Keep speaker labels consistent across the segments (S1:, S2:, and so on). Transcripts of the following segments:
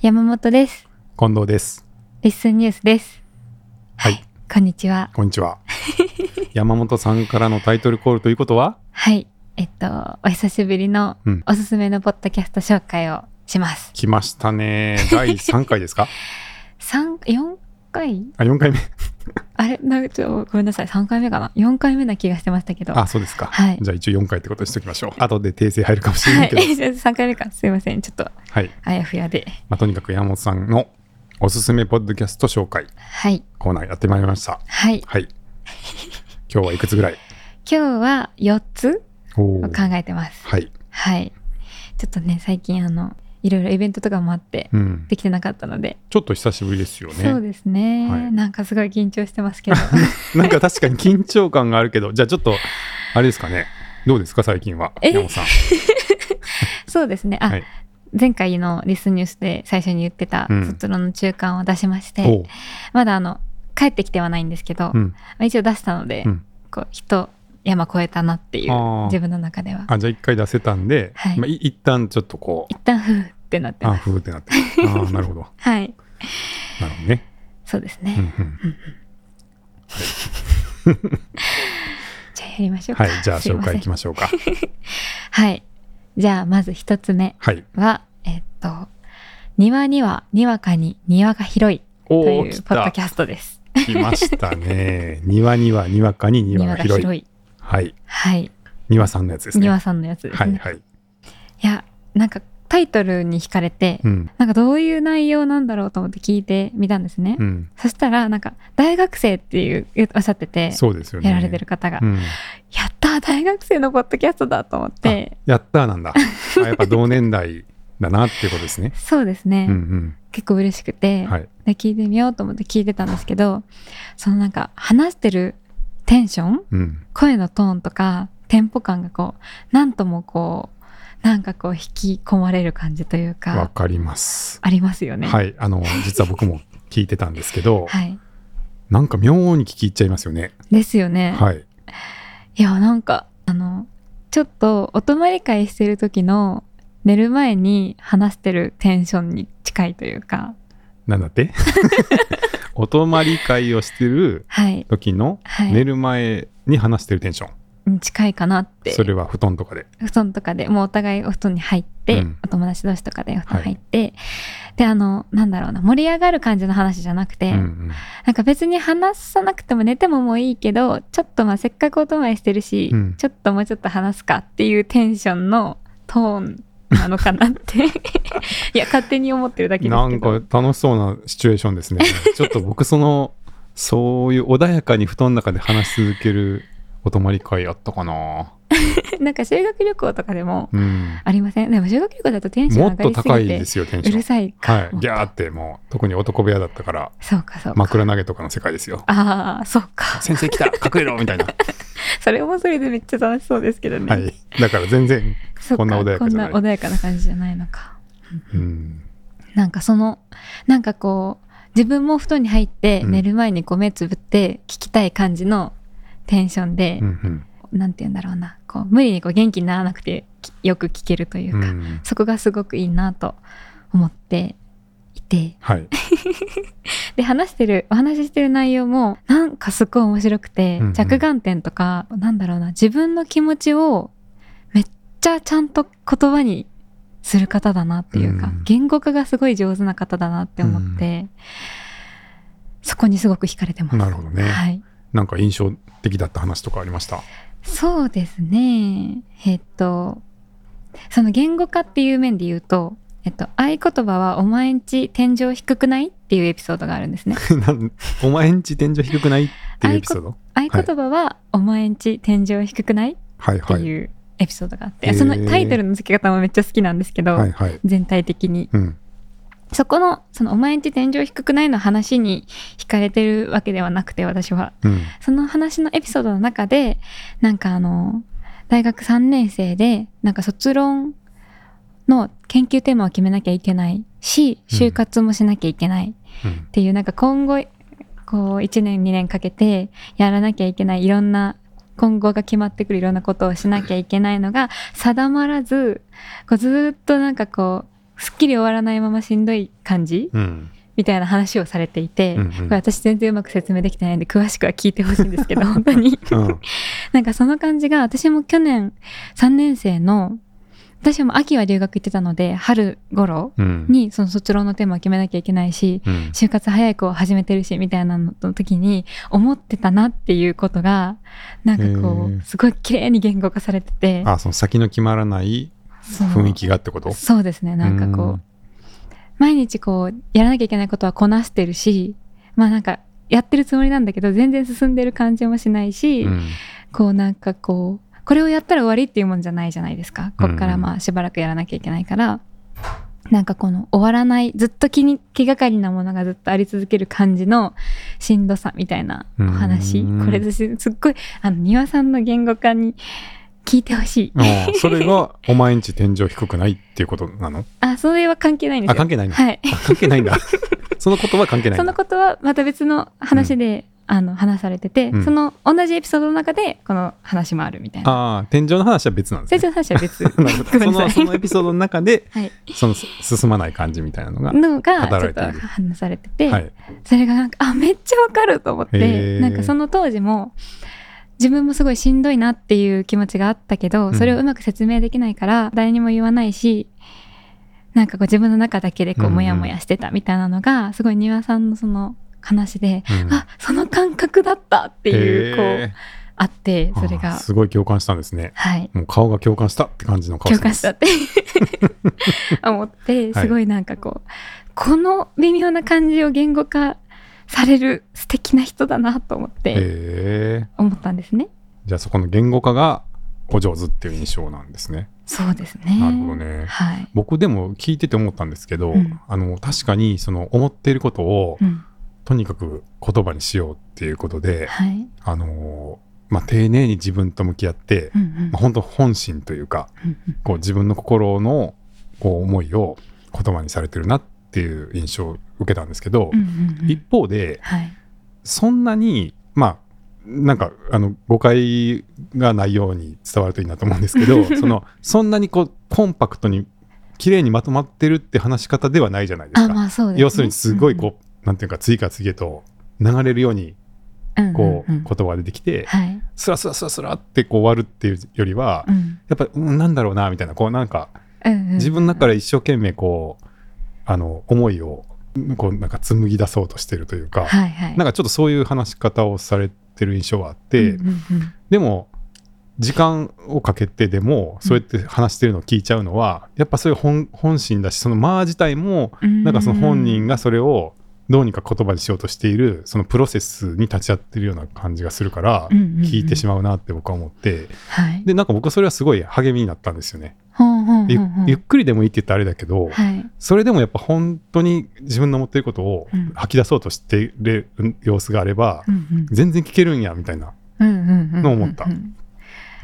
S1: 山本です。
S2: 近藤です。
S1: リッスンニュースです。
S2: はい
S1: こんにちは。
S2: こんに ちは。山本さんからのタイトルコールということは、
S1: はい。えっと、お久しぶりの
S2: うん
S1: おすすめのポッドキャスト紹介をします。
S2: 来ましたね。第3 回ですか
S1: 三、四回
S2: あ、4回目。
S1: あれなんかちょっとごめんなさい。三回目かな四回目な気がしてましたけど。
S2: あ、そうですか。
S1: はい
S2: じゃあ一応4回ってことにしときましょう。後で訂正入るかもしれな
S1: はい
S2: けど。はい。
S1: い。 三回目か。すいません。ちょっと、あやふやで。
S2: まあ、とにかく山本さんのおすすめポッドキャスト紹介
S1: はい。
S2: コーナーやってまいりました。
S1: はい。今
S2: はい。今日はいくつぐらい
S1: 日は四つ
S2: お
S1: を
S2: ー
S1: 考えてます。
S2: はい。
S1: はい。ちょっとね、最近あの、いろいろイベントとかもあって、
S2: うん。
S1: できてなかったので、
S2: ちょっと久しぶりですよね。
S1: そうですね、
S2: はい
S1: なんかすごい緊張してますけど
S2: なんか確かに緊張感があるけど、じゃあちょっと、あれですかね。どうですか最近は。
S1: え
S2: 山本さん。
S1: そうですねあ、
S2: はい
S1: 前回のリスニュースで最初に言ってた
S2: うん
S1: 卒論の中間を出しまして、
S2: おう。
S1: まだあの帰ってきてはないんですけど、
S2: う
S1: ま
S2: ん。
S1: あ一応出したので、
S2: うん
S1: こう人山越えたなってい
S2: あ
S1: う
S2: ー
S1: 自分の中では
S2: あじゃあ一回出せたんで、
S1: はい
S2: まあ、い一旦ちょっとこう
S1: 一旦ふうってなって
S2: あ
S1: ます
S2: ふーってなってるあーなるほど
S1: はい
S2: なるほどね、
S1: そうです
S2: うん
S1: ね、
S2: うん、
S1: じゃあやりましょうか
S2: はいじゃあ
S1: すい
S2: 紹
S1: ません
S2: 介いきましょうか
S1: はいじゃあまず一つ目
S2: はい
S1: はえっと庭にはにわかに庭が広い
S2: お
S1: と
S2: お
S1: い
S2: 来
S1: うポッド
S2: た
S1: キャストです
S2: 来ましたね庭にはにわかに庭が広い
S1: い
S2: はい
S1: はい
S2: 庭さんのやつですね
S1: 庭さんのやつですね、
S2: はい
S1: い、
S2: はい
S1: やなんかタイトルに惹かれて、
S2: うん
S1: なんかどういう内容なんだろうと思って聞いてみたんですね、
S2: うん
S1: そしたらなんか大学生っていうおっしゃってて
S2: そうですよね
S1: やられてる方が、
S2: うん、
S1: やったー大学生のポッドキャストだと思って
S2: やったーなんだあやっぱ同年代だなっていうことですね
S1: そうですね、
S2: うん
S1: 結構嬉しく
S2: う
S1: て、
S2: んはい
S1: で聞いてみようと思って聞いてたんですけどそのなんか話してるテンション
S2: うん
S1: 声のトーンとかテンポ感がこうなんともこうなんかこう引き込まれる感じという
S2: わ
S1: か
S2: かります
S1: ありますよね。、
S2: はいいあの実は僕も聞いてたんですけど、
S1: はい、
S2: なんか妙に聞き入っちゃいますよね
S1: ですよね。
S2: はい
S1: い、やなんかあのちょっとお泊まり会してる時の寝る前に話してるテンションに近いというか
S2: なんだって お泊まり会をしてる
S1: はい、
S2: 時の
S1: はい、
S2: 寝る前に話してるテンション、
S1: に近いかなって
S2: それは布団とかで
S1: 布団とかでもうお互いお布団に入って、
S2: うん
S1: お友達同士とかでお布団
S2: はい
S1: 入って、であのなんだろうな盛り上がる感じの話じゃなくて。
S2: うんうん
S1: なんか別に話さなくても寝てももういいけどちょっとまあせっかくお泊まりしてるし、
S2: うん
S1: ちょっともうちょっと話すかっていうテンションのトーンなのかなって いや勝手に思ってるだけで
S2: な
S1: すけ
S2: ん
S1: ど
S2: か楽しそうなシチュエーションですねちょっと僕そのそういう穏やかに布団の中で話し続けるお泊まり会あったかな、
S1: なんか修学旅行とかでも
S2: うん、
S1: ありませんでも修学旅行だとテンション
S2: も
S1: 上
S2: っ
S1: が
S2: と
S1: り
S2: 高
S1: す
S2: い
S1: ぎて
S2: ですよテン
S1: う
S2: ショ
S1: る
S2: ン
S1: さいか、
S2: はい、ギャーってもう特に男部屋だったから
S1: そうかそうか、
S2: 枕投げとかの世界ですよ
S1: ああそうか
S2: 先生来た隠れろみた いな、
S1: それもそれでめっちゃ楽しそうですけどね、
S2: はい、だから全然、
S1: そっ
S2: こんな穏やかじゃない
S1: こんな穏やかな感じじゃないのか
S2: うん、
S1: なんかそのなんかこう自分も布団に入って
S2: うん
S1: 寝る前にこう目つぶって聞きたい感じのテンションで
S2: うん、うん
S1: なんて言うんだろうなこう無理にこう元気にならなくてきよく聞けるという
S2: う
S1: か、
S2: ん、
S1: そこがすごくいいなと思っていて
S2: はい、
S1: で話してるお話ししてる内容もなんかすごい面白くて、
S2: うんうん
S1: 着眼点とかなんだろうな自分の気持ちをめっちゃちゃんと言葉にする方だなっていうか、
S2: うん
S1: 言語化がすごい上手な方だなって思って、そこにすごく惹かれてます。
S2: なるほどね
S1: はい
S2: なんか印象的だった話とかありました。
S1: そうですね。えっと、その言語化っていう面で言うと、えっと、合言葉はお前んち天井低くないっていうエピソードがあるんですね。
S2: なんお前んち天井低くないっていうエピソード
S1: 合言葉はお前んち天井低くない
S2: はい
S1: って
S2: はい。
S1: いうエピソードがあって、
S2: へー
S1: そのタイトルの付け方もめっちゃ好きなんですけど、
S2: はいはい。
S1: 全体的に
S2: うん。
S1: そこのそのお前んち天井低くないの話に惹かれてるわけではなくて私は
S2: うん。
S1: その話のエピソードの中でなんかあの大学3年生でなんか卒論の研究テーマを決めなきゃいけないし
S2: うん
S1: 就活もしなきゃいけない
S2: うん
S1: っていうなんか今後こう1年2年かけてやらなきゃいけないいろんな今後が決まってくるいろんなことをしなきゃいけないのが定まらずこうずーっとなんかこうすっきり終わらないまましんどい感じ
S2: うん。
S1: みたいな話をされていて、
S2: うんうん
S1: これ私全然うまく説明できてないんで詳しくは聞いてほしいんですけ ど本当に
S2: うん。
S1: なんかその感じが私も去年3年生の私はもう秋は留学行ってたので春頃
S2: うん。
S1: にその卒論のテーマを決めなきゃいけないし
S2: うん。
S1: 就活早い子を始めてるしみたいなのの時に思ってたなっていうことがなんかこ
S2: へ
S1: う
S2: ー
S1: すごい綺麗に言語化されてて
S2: あ、その先の決まらない
S1: そう
S2: 雰囲気がってこと
S1: そうですねなんかこう毎日こうやらなきゃいけないことはこなしてるしまあなんかやってるつもりなんだけど全然進んでる感じもしないし、
S2: うん。うん
S1: こうなんかこうこれをやったら終わりっていうもんじゃないじゃないですかこっか
S2: うんう
S1: ら
S2: ん
S1: まあしばらくやらなきゃいけないから、なんかこの終わらないずっと気に気がかりなものがずっとあり続ける感じのしんどさみたいなお話、
S2: うん
S1: これ私すっごいあの丹羽さんの言語化に聞いてほしい、
S2: あ それが、お前んち天井低くないっていうことなの
S1: あそれは関係ないんです
S2: あ、
S1: よ
S2: 関係ないんだ。
S1: はい
S2: あ関係な いんだ。その言葉は関係ない
S1: そ
S2: ん
S1: の
S2: だ。
S1: ことはまた別の話で、あの話されてて、
S2: うん
S1: その同じエピソードの中でこの話もあるみたいな。
S2: ああ、天井の話は別なんです
S1: 先 生
S2: ね。
S1: の話は別。
S2: なるほ
S1: ごめん
S2: どそ
S1: な
S2: の
S1: さ
S2: そ
S1: い。
S2: のエピソードの中で、
S1: はい。
S2: そのす進まない感じみたいなのが。
S1: のが
S2: 語ら
S1: ちょ
S2: れ
S1: ってと
S2: いる
S1: 話されてて、
S2: はい。
S1: それがなんかあめっちゃわかると思って
S2: へー
S1: なんかその当時も自分もすごいしんどいなっていう気持ちがあったけど
S2: ん
S1: それをうまく説明できないから誰にも言わないし、なんかこう自分の中だけでこう
S2: う
S1: ん
S2: うん
S1: モヤモヤしてたみたいなのが、すごい庭さんのその話で、
S2: うん
S1: あその感覚だったっていう、こうあってそれ
S2: あー
S1: が
S2: すごい共感したんですね。
S1: はい
S2: もう顔が共感したって感じの顔
S1: 共
S2: てま
S1: 感
S2: す
S1: した って思って
S2: はい
S1: すごいなんかこう、この微妙な感じを言語化される素敵な人だなと思って
S2: へえ
S1: 思ったんですね。
S2: じゃあそこの言語化がお上手っていう印象なんですね。
S1: そうですね。
S2: なるほどね
S1: はい。
S2: 僕でも聞いてて思ったんですけど、
S1: うん
S2: あの確かにその思っていることを
S1: うん。
S2: とにかく言葉にしようっていうことで、
S1: はい。
S2: あのーまあ、丁寧に自分と向き合って、
S1: うんうん
S2: まあ、本当本心というか
S1: うんうん
S2: こう自分の心のこう思いを言葉にされてるなっていう印象を受けたんですけど、
S1: うんうんうん
S2: 一方で
S1: はい。
S2: そんなにまあなんかあの誤解がないように伝わるといいなと思うんです けどそのそんなにこうコンパクトに綺麗にまとまってるって話し方ではないじゃないです
S1: あ、
S2: か。
S1: まあそうです、ね。
S2: 要するにすごいこう、なんていうか次から次へと流れるように
S1: うんうん、
S2: こう、
S1: んんん
S2: 言葉が出てきて、
S1: はい。
S2: スラスラスラスラってこう終わるっていうよりは、
S1: うん。
S2: やっぱ、うん、なんだろうなみたいなこうなんか
S1: うんうん
S2: 自分の中で一生懸命こうあの思いをこうなんか紡ぎ出そうとしてるというか、
S1: はいはい。
S2: なんかちょっとそういう話し方をされてる印象はあって、
S1: うんうんうん
S2: でも時間をかけてでもそうやって話してるのを聞いちゃうのは、やっぱそういう本本心だしその間自体も
S1: うん
S2: なんかその本人がそれをどうにか言葉にしようとしているそのプロセスに立ち会ってるような感じがするから
S1: うんうんうん
S2: 聞いてしまうなって僕は思って
S1: はい。
S2: でなんか僕はそれはすごい励みになったんですよね。
S1: ほんほん
S2: ゆ
S1: ほんほん
S2: ゆっくりでもいいって言ったらあれだけど、
S1: はい。
S2: それでもやっぱ本当に自分の思っていることを
S1: うん
S2: 吐き出そうとしてる様子があれば、
S1: うんうん
S2: 全然聞けるんやみたいな。の
S1: の
S2: 思った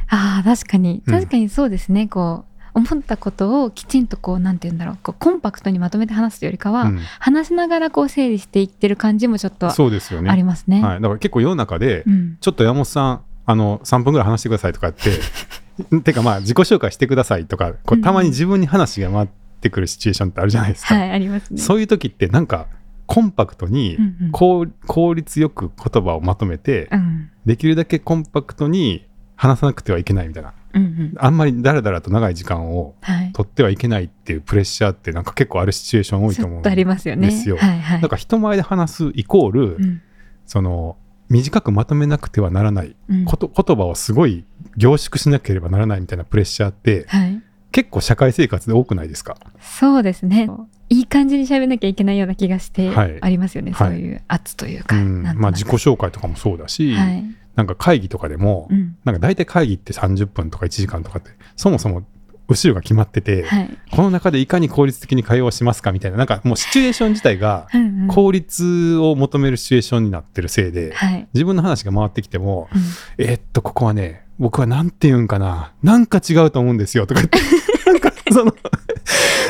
S1: ああ確かに
S2: うん
S1: 確かにそうですね、こう思ったことをきちんとこうなんて言うんだろうこうコンパクトにまとめて話すというよりかは、
S2: うん
S1: 話しながらこう整理していってる感じもちょっとあ
S2: そうですよね。
S1: りますね。
S2: はい、だから結構世の中で、
S1: うん
S2: ちょっと山本さんあの3分ぐらい話してくださいとか言って てかまあ自己紹介してくださいとかこ
S1: うん
S2: うたまに自分に話が回ってくるシチュエーションってあるじゃないですか、
S1: はいありますね。
S2: そういう時ってなんかコンパクトに
S1: うんうん
S2: 効効率よく言葉をまとめて、
S1: うん
S2: できるだけコンパクトに話さなくてはいけないみたいな
S1: うんうん
S2: あんまりだらだらと長い時間を
S1: はい。
S2: 取ってはいけないっていうプレッシャーってなんか結構あるシチュエーション多い
S1: ちょ
S2: と思う
S1: っとありますよね。
S2: ですよ
S1: はいはい。
S2: なんか人前で話すイコール、
S1: うん
S2: その短くまとめなくてはならない
S1: うん
S2: こと言葉をすごい凝縮しなければならないみたいなプレッシャーって
S1: はい。
S2: 結構社会生活で多くないですか
S1: そうですね。いい感じに喋らなきゃいけないような気がして
S2: はい
S1: ありますよね。
S2: はい
S1: そういう圧という
S2: う
S1: か。
S2: ん
S1: なんとなく
S2: まあ自己紹介とかもそうだし、
S1: はい。
S2: なんか会議とかでも、
S1: うん
S2: なんか大体会議って30分とか1時間とかってそもそも後ろが決まってて、
S1: はい。
S2: この中でいかに効率的に会話をしますかみたいななんかもうシチュエーション自体が
S1: うんうん
S2: 効率を求めるシチュエーションになってるせいで
S1: はい。
S2: 自分の話が回ってきても
S1: うん
S2: えーっと、ここはね、僕はなんて言うんかな、なんか違うと思うんですよとか言 って、なんかその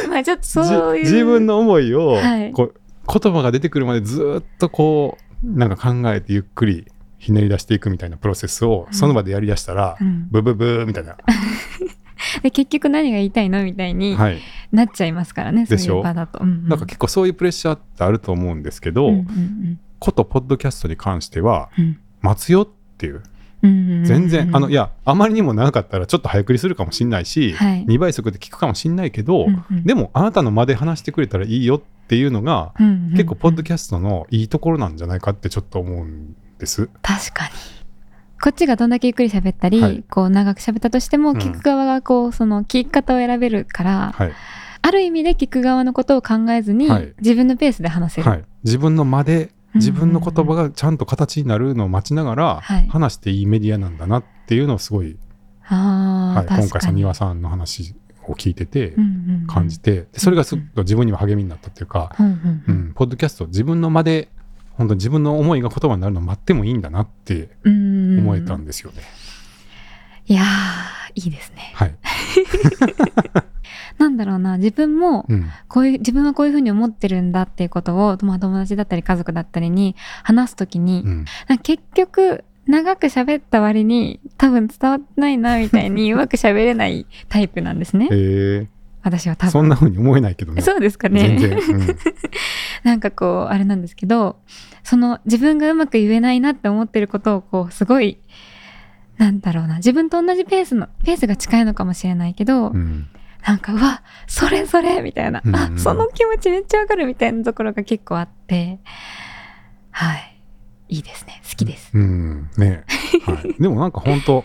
S1: まあちょっとそういう
S2: じ自分の思いを、
S1: はい
S2: こう言葉が出てくるまでずーっとこう、なんか考えてゆっくりひねり出していくみたいなプロセスを、
S1: うん
S2: その場でやりだしたら、
S1: うん
S2: ブブブーみたいな、
S1: で結局何が言いたいのみたいに
S2: はい、
S1: なっちゃいますからね、
S2: でし
S1: そうい
S2: ょ
S1: う場だと。うんうん
S2: なんか結構そういうプレッシャーってあると思うんですけど、
S1: うんうん
S2: ことポッドキャストに関しては
S1: うん
S2: 待つよっていう
S1: うんうん
S2: 全然、あのい
S1: や、
S2: やあまりにも長かったらちょっと早送りするかもしんないし、
S1: はい
S2: 2倍速で聞くかもしんないけど、
S1: うんうん
S2: でもあなたの間で話してくれたらいいよっていうのが、
S1: うんうんうん
S2: 結構ポッドキャストのいいところなんじゃないかってちょっと思うんです。
S1: 確かにこっちがどんだけゆっくり喋ったり、
S2: はい
S1: こう長く喋ったとしても
S2: うん
S1: 聞く側がこうその聞き方を選べるから、
S2: はい
S1: ある意味で聞く側のことを考えずに、
S2: はい
S1: 自分のペースで話せる、
S2: はい、自分の間で自分の言葉がちゃんと形になるのを待ちながら
S1: はい
S2: 話していいメディアなんだなっていうのをすごい、
S1: あ
S2: は
S1: あ、
S2: い、
S1: 確
S2: 今回
S1: か
S2: さ
S1: に
S2: にわさんの話を聞いてて
S1: うんうんうん
S2: 感じてでそれがすごく自分には励みになったっていうか、
S1: うんうん
S2: う
S1: うんん
S2: ポッドキャスト自分の間で本当に自分の思いが言葉になるのを待ってもいいんだなって
S1: うんうん
S2: 思えたんですよね。
S1: いやーいいですね
S2: はい、
S1: なんだろうな自分も
S2: うん
S1: こういう自分はこういうふうに思ってるんだっていうことを、まあ、友達だったり家族だったりに話すときに、
S2: うん
S1: なんか結局長く喋った割に多分伝わってないなみたい にうまく喋れないタイプなんですね
S2: えー
S1: 私は多分
S2: そんな風に思えないけどね。
S1: そうですか
S2: 全
S1: ね
S2: 然、うん
S1: なんかこうあれなんですけどその自分がうまく言えないなって思ってることをこうすごいなんだろうな自分と同じペースのペースが近いのかもしれないけど、
S2: うん
S1: なんかうわそれそれみたいな、
S2: うん
S1: あその気持ちめっちゃわかるみたいなところが結構あってはいいいですね好きです、
S2: うんね、はい、 でもなんか本当、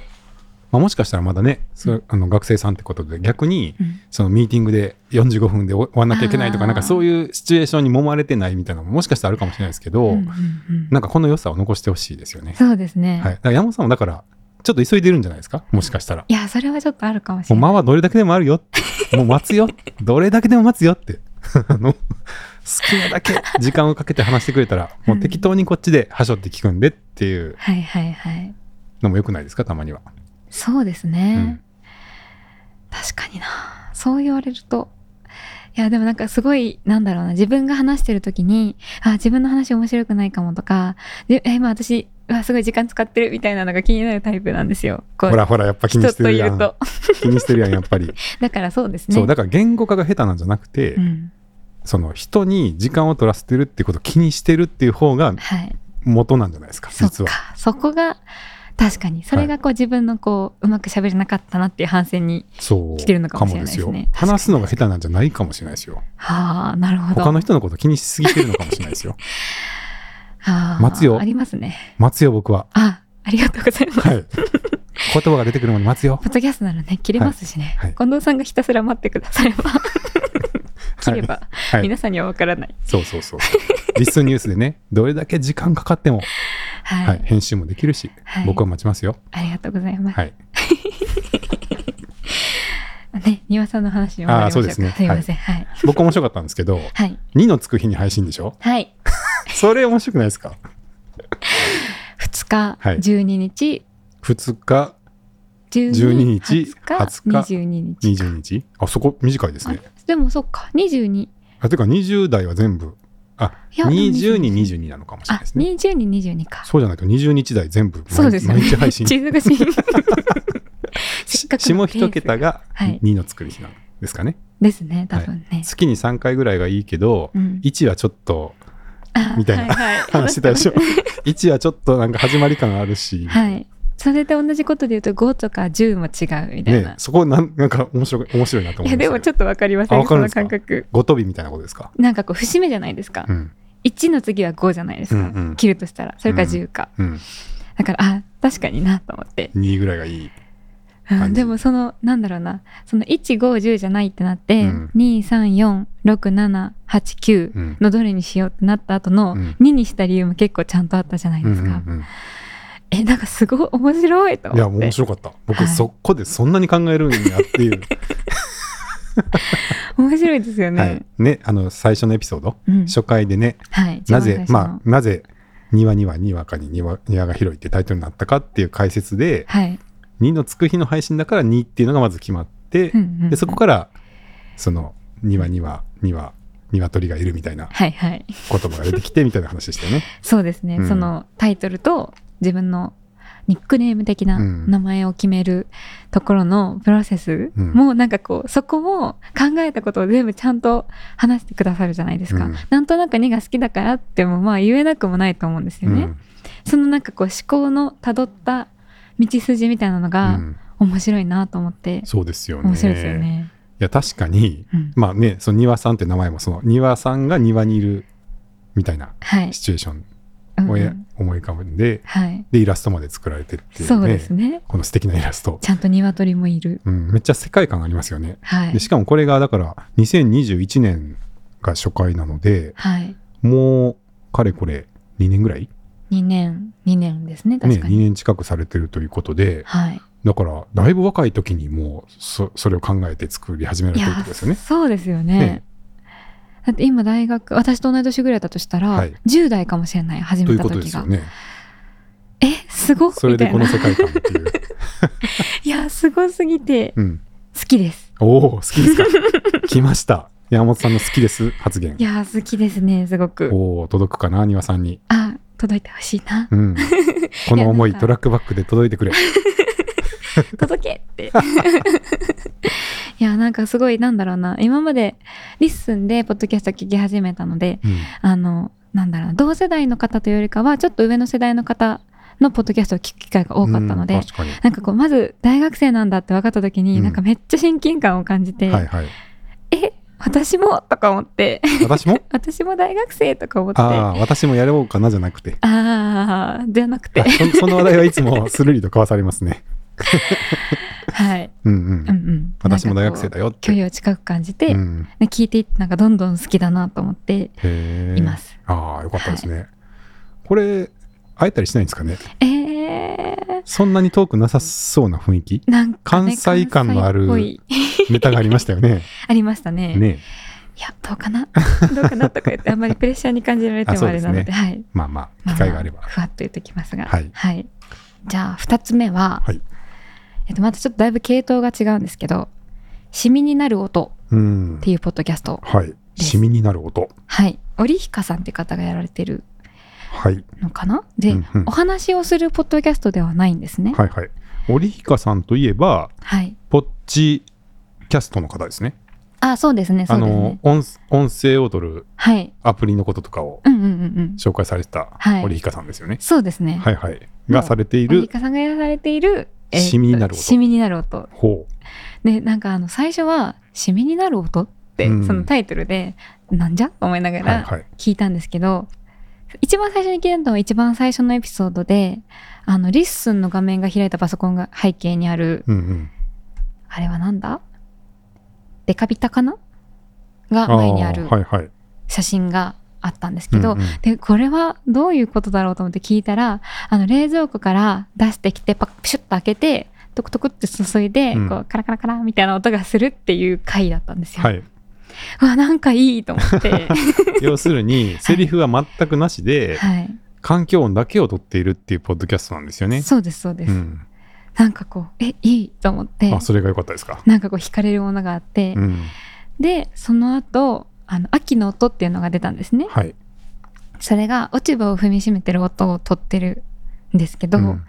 S2: まあ、もしかしたらまだねそうあの学生さんってことで逆に
S1: うん
S2: そのミーティングで45分で終わんなきゃいけないと
S1: あ
S2: か
S1: ー
S2: なんかそういうシチュエーションに揉まれてないみたいなのももしかしたらあるかもしれないですけど、
S1: うんうんうん
S2: なんかこの良さを残してほしいですよね。
S1: そうですね、
S2: はい、だから山本さんもだからちょっと急いでるんじゃないですかもしかしたら。
S1: いや、それはちょっとあるかもし
S2: も
S1: れ
S2: う
S1: ない。
S2: 間はどれだけでもあるよって。もう待つよ。どれだけでも待つよって。あの、好きなだけ時間をかけて話してくれたら、もう適当にこっちではしょって聞くんでっていう
S1: はいはいはい。
S2: のも良くないですか、たまには。
S1: そうですね。確かにな。そう言われると。いや、でもなんかすごい、なんだろうな。自分が話してる時に、あ、自分の話面白くないかもとか、でえ今私、うわ、すごい時間使ってるみたいなのが気になるタイプなんですよ。こう
S2: ほらほら、やっぱ気
S1: 人
S2: にして
S1: と
S2: る
S1: 言
S2: や。
S1: うんと。
S2: 気にしてるやん、やっぱり。
S1: だからそうですね。
S2: そう、だから言語化が下手なんじゃなくて、
S1: うん。
S2: その人に時間を取らせてるってことを気にしてるっていう方が
S1: はい。
S2: 元なんじゃないですか、
S1: そっ
S2: 実は。
S1: か。そこが、確かに。それがこう自分のこう、うまく喋れなかったなっていう反省に。
S2: そう。
S1: 来てるのかもしれないですね
S2: かも
S1: 確かに
S2: 話すのが下手なんじゃないかもしれないですよ。
S1: はあ、なるほど。
S2: 他の人のこと気にしすぎてるのかもしれないですよ。
S1: はあ
S2: 待つよ
S1: ありますね。
S2: 待つよ、僕は。
S1: あ、ありがとうございます。
S2: はい。言葉が出てくるまで待つよ。
S1: ポッドキャストならね、切れますしね、
S2: はいはい
S1: 近藤さんがひたすら待ってくだされ ば、切れば、
S2: はい。はい
S1: 皆さんにはわからない。
S2: そうそうそう。リスンニュースでね、どれだけ時間かかっても、
S1: はい。
S2: はい、編集もできるし、
S1: はい
S2: 僕は待ちますよ。
S1: ありがとうございます。
S2: はい。
S1: ね、庭さんの話に戻りましょうか。
S2: あーそうですね
S1: すいません。はい。
S2: 僕面白かったんですけど、
S1: はい。
S2: 2のつく日に配信でしょ
S1: はい。
S2: それ面白くないですか
S1: 2日、
S2: はい
S1: 12日、
S2: ?2 日、
S1: 12
S2: 12日
S1: 20日、22日。
S2: 20日あ、そこ短いです
S1: あ
S2: ね。
S1: でもそっか、22。
S2: あ、てか20代は全部、あ、
S1: いや
S2: 20に22なのかもしれない
S1: あ
S2: で、すね。
S1: 22、22か。
S2: そうじゃないと20日代全部毎
S1: そうですよね。
S2: 毎日 配信。
S1: 地図がしせっかくの
S2: 下一桁が
S1: はい
S2: 2のつく日なんですかね。
S1: ですね、多分ね。
S2: 月に3回ぐらいがいいけど、
S1: うん
S2: 1はちょっと
S1: あ
S2: みたいな
S1: はいはい
S2: 話してたでしょ1はちょっとなんか始まり感あるし、
S1: はい。それで同じことで言うと5とか10も違うみたいな。
S2: ね、そこなんなんか面白い面白いなと
S1: い
S2: 思い
S1: や
S2: ま
S1: でも
S2: す
S1: ちょっとわかりませ
S2: あ
S1: ん
S2: わか
S1: そ
S2: るんで
S1: の
S2: すか
S1: 感覚。
S2: ごとびみたいなことですか、
S1: なんかこう節目じゃないですか
S2: う。ん
S1: 1の次は5じゃないですか。
S2: うんうん
S1: 切るとしたら。それから10か。
S2: うん、
S1: だから、あ、確かになと思って。
S2: 2ぐらいがいい、
S1: うん
S2: 感じ
S1: でもその、なんだろうな。その1、5、10じゃないってなって、
S2: うん
S1: 2、3、4、6、7、8、
S2: う
S1: 9
S2: ん
S1: のどれにしようってなった後の
S2: うん
S1: 2にした理由も結構ちゃんとあったじゃない
S2: うん
S1: で
S2: うん
S1: す
S2: う
S1: か。
S2: ん、
S1: え、なんかすごい面白いと
S2: いや
S1: 思って。
S2: 面白かった僕、
S1: はい
S2: そこでそんなに考えるんやっていう、
S1: 面白いですよね。
S2: はいね、あの最初のエピソード、
S1: うん
S2: 初回でね
S1: はい。
S2: な
S1: 一
S2: ぜ
S1: 番最初の
S2: まあなぜ「にわにわにわかににわにわが広い」ってタイトルになったかっていう解説で
S1: はい。
S2: 2のつく日の配信だから2っていうのがまず決まって、
S1: うんうんうん
S2: でそこからその「にわにわにわ鶏がいる」みたいな
S1: はいはい。
S2: 言葉が出てきてみたいな話でしたよね。
S1: そうですね。
S2: うん
S1: そのタイトルと自分のニックネーム的な
S2: うん
S1: 名前を決めるところのプロセス
S2: うん
S1: もなんかこうそこも考えたことを全部ちゃんと話してくださるじゃないですか、
S2: うん
S1: なんとなく2が好きだからってもまあ言えなくもないと思うんです よね、そのなんかこう思考のたどった道筋みたいなの
S2: う
S1: が
S2: ん
S1: 面白いなと思って、
S2: そうですよね。
S1: 面白いですよね。
S2: いや確かに
S1: うん
S2: まあねその庭さんって名前もその庭さんが庭にいるみたいな
S1: はい
S2: シ、チュエーション
S1: うん
S2: を
S1: う
S2: や
S1: ん
S2: 思い浮かぶんで
S1: はい、
S2: でイラストまで作られてるっていう,、ね
S1: そうですね。
S2: この素敵なイラスト、
S1: ちゃんと鶏もいる。
S2: うん、めっちゃ世界観ありますよね。
S1: は
S2: で
S1: い
S2: し。かもこれがだから2021年が初回なので
S1: はい。
S2: もうかれこれ2年ぐらい、ね、
S1: 2年、2年ですね、確か
S2: 2
S1: に。
S2: 年近くされてるということで
S1: はい。
S2: だからだいぶ若い時にもうそそれを考えて作り始めら
S1: い
S2: れて
S1: や
S2: るってことですよね。
S1: そうですよね。
S2: ね
S1: だって今大学、私と同い年ぐらいだとしたら、
S2: はい
S1: 10代かもしれない、始
S2: とい
S1: めた
S2: うことで
S1: 時
S2: す
S1: が。
S2: よね。
S1: え、すごっ
S2: それ
S1: みた
S2: で
S1: い
S2: この
S1: な。
S2: 世界観っていう。
S1: いや、すごすぎて、
S2: うん、
S1: 好きです。
S2: おお好 きですか来ました山本さんの好きです発言
S1: いや、好きですね、すごく。
S2: おお届くかな庭さんに、
S1: あ、届いてほしいな。
S2: うん、 この思い
S1: なんか
S2: トラックバックで届いてくれ
S1: 届けって いやなんかすごいなんだろうな今までリッスンでポッドキャスト聞き始めたので
S2: うん
S1: あのなんだろうな同世代の方というよりかはちょっと上の世代の方のポッドキャストを聞く機会が多かったの
S2: う
S1: で
S2: ん確かに
S1: なんかこうまず大学生なんだって分かった時に、
S2: うん
S1: なんかめっちゃ親近感を感じて、
S2: はいはい
S1: え私もとか思って
S2: 私も
S1: 私も大学生とか思ってあ
S2: ああ私もやろうかなじゃなくて
S1: あーじゃなくて
S2: あそその話題はいつもスルリと交わされますね
S1: はい、
S2: うんう
S1: うんんうん、
S2: 私も大学生
S1: だ
S2: だよって
S1: 距離を近く感じて、
S2: うん、
S1: で聞いていってなんかどんどん好きだなと思って
S2: へえ
S1: います。
S2: ああよかったですね、これ会えたりしないんですかね
S1: えー、
S2: そんなに遠くなさそうな雰囲気
S1: なんか、ね、
S2: 関西感のある
S1: 関西っぽい
S2: ネタがありました よね
S1: ありましたね
S2: ね
S1: いやどうかな どうかなとか言ってあんまりプレッシャーに感じられて
S2: あ
S1: も
S2: そう
S1: あ
S2: で
S1: れ
S2: すね
S1: なのではい、
S2: まあまあ
S1: ま
S2: 機
S1: あ
S2: 会があれば、
S1: ふわっと言っときますが
S2: はい
S1: じゃあ2つ目は、
S2: はい
S1: えっと、またちょっとだいぶ系統が違うんですけど「シミになる音」
S2: うん
S1: っていうポッドキャスト
S2: はい。
S1: す
S2: シミになる音。
S1: はい織彦さんって方がやられてる
S2: はい。
S1: のかなで、
S2: うんうん
S1: お話をするポッドキャストではないんですね
S2: はいはい。織彦さんといえば、
S1: はい、
S2: ポッチキャストの方ですね。
S1: あそうですねそ
S2: あ
S1: うです
S2: の
S1: ね、
S2: 音、音声を取る
S1: はい
S2: アプリのこととかを
S1: うんうんうんうん
S2: 紹介されてた
S1: はい
S2: 織彦さんですよね。
S1: そうですね
S2: はいはい。がされてい
S1: アメ
S2: る
S1: リ、カさんがやられている、えー
S2: シミになる音
S1: シミになる音
S2: ほ
S1: でなんかあの最初は「シミになる音」って、
S2: うん
S1: そのタイトルでなんじゃと思いなが
S2: う。はい
S1: ら
S2: はい。
S1: 聞いたんですけど、一番最初に聞いたのは一番最初のエピソードであのリッスンの画面が開いたパソコンが背景にある
S2: うんうん。
S1: あれはなんだデカビタかなが前にある
S2: ーはいはい。
S1: 写真があったんですけど、
S2: うんうん
S1: でこれはどういうことだろうと思って聞いたらあの冷蔵庫から出してきてパップシュッと開けてトクトクって注いで、
S2: うん
S1: こうカラカラカラみたいな音がするっていう回だったんですよ。
S2: はい。
S1: うわなんかいいと思 って、
S2: 要するに、セリフは全くなしで、
S1: はい
S2: 環境音だけを取っているっていうポッドキャストなんですよね。
S1: そうですそうです、
S2: うん。
S1: なんかこうえいいと思って
S2: あ、それが良かったですか。
S1: なんかこう惹かれるものがあって、
S2: うん。
S1: でその後あの秋の音っていうのが出たんですね。
S2: はい。
S1: それが落ち葉を踏みしめてる音をとってるんですけど、
S2: うん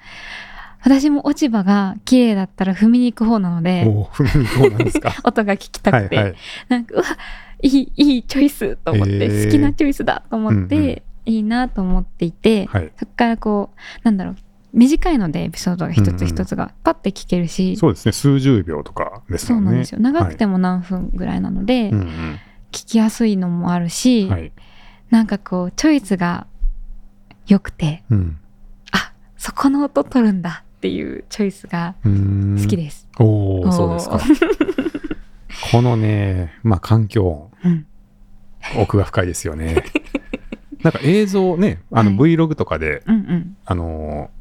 S1: 私も落ち葉が綺麗だったら踏みに行く方なので
S2: おー、ふみそうなんで すか。
S1: 音が聞きた
S2: は
S1: く
S2: い
S1: て、
S2: はい。
S1: なんかうわいいいいチョイスと思って、
S2: えー
S1: 好きなチョイスだと思って、
S2: うんうん
S1: いいなと思っていて、
S2: はい。
S1: そこからこうなんだろう短いのでエピソードが一つ一つがパッて聞けるし、
S2: そうですね、数十秒とかです
S1: そ
S2: よ
S1: う
S2: ね。
S1: なんですよ長くて
S2: も、
S1: も何分ぐらいなので、
S2: はいうん
S1: 聞きやすいのもある
S2: う
S1: し、
S2: んはい
S1: なんかこうチョイスが良くて
S2: うん
S1: あそこの音取るんだっていうチョイスが
S2: うーん
S1: 好きです。
S2: お
S1: お
S2: お
S1: ー
S2: そうですか このねまあ環境
S1: う
S2: 音
S1: ん
S2: 奥が深いです よねなんか映像ねあの
S1: はい
S2: Vlog とかで、
S1: うんうん
S2: あのー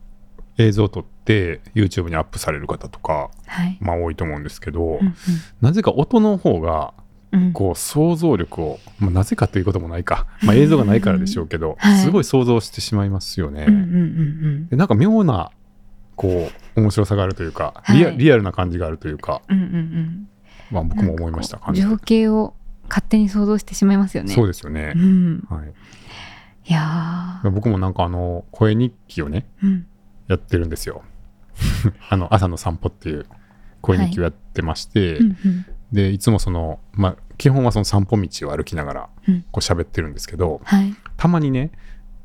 S2: 映像撮って YouTube にアップされる方とか
S1: はい、
S2: まあ多いと思うんですけど、
S1: うん
S2: なぜか音の方が
S1: うんうん
S2: こう想像力を、まあ、なぜかということもないか、まあ、映像がないからでしょうけど、
S1: はい
S2: すごい想像してしまいますよね。
S1: うんうんうん
S2: でなんか妙なこう面白さがあるというか、
S1: はい
S2: リアリアルな感じがあるというか、
S1: うんうんうんうん
S2: まあ、僕も思いました
S1: なんかこ
S2: 感
S1: う
S2: じ、
S1: 情景を勝手に想像してしまいますよね。
S2: そう
S1: う
S2: ですよね、
S1: ん、
S2: はい、
S1: いやー、
S2: 僕もなんかあの声日記をね
S1: うん、
S2: やってるんですよ。 あの朝の散歩っていう声日記をやってまして、
S1: うんうん
S2: でいつもその、まあ、基本はその散歩道を歩きながら
S1: うん
S2: こう喋ってるんですけど、
S1: はい
S2: たまにね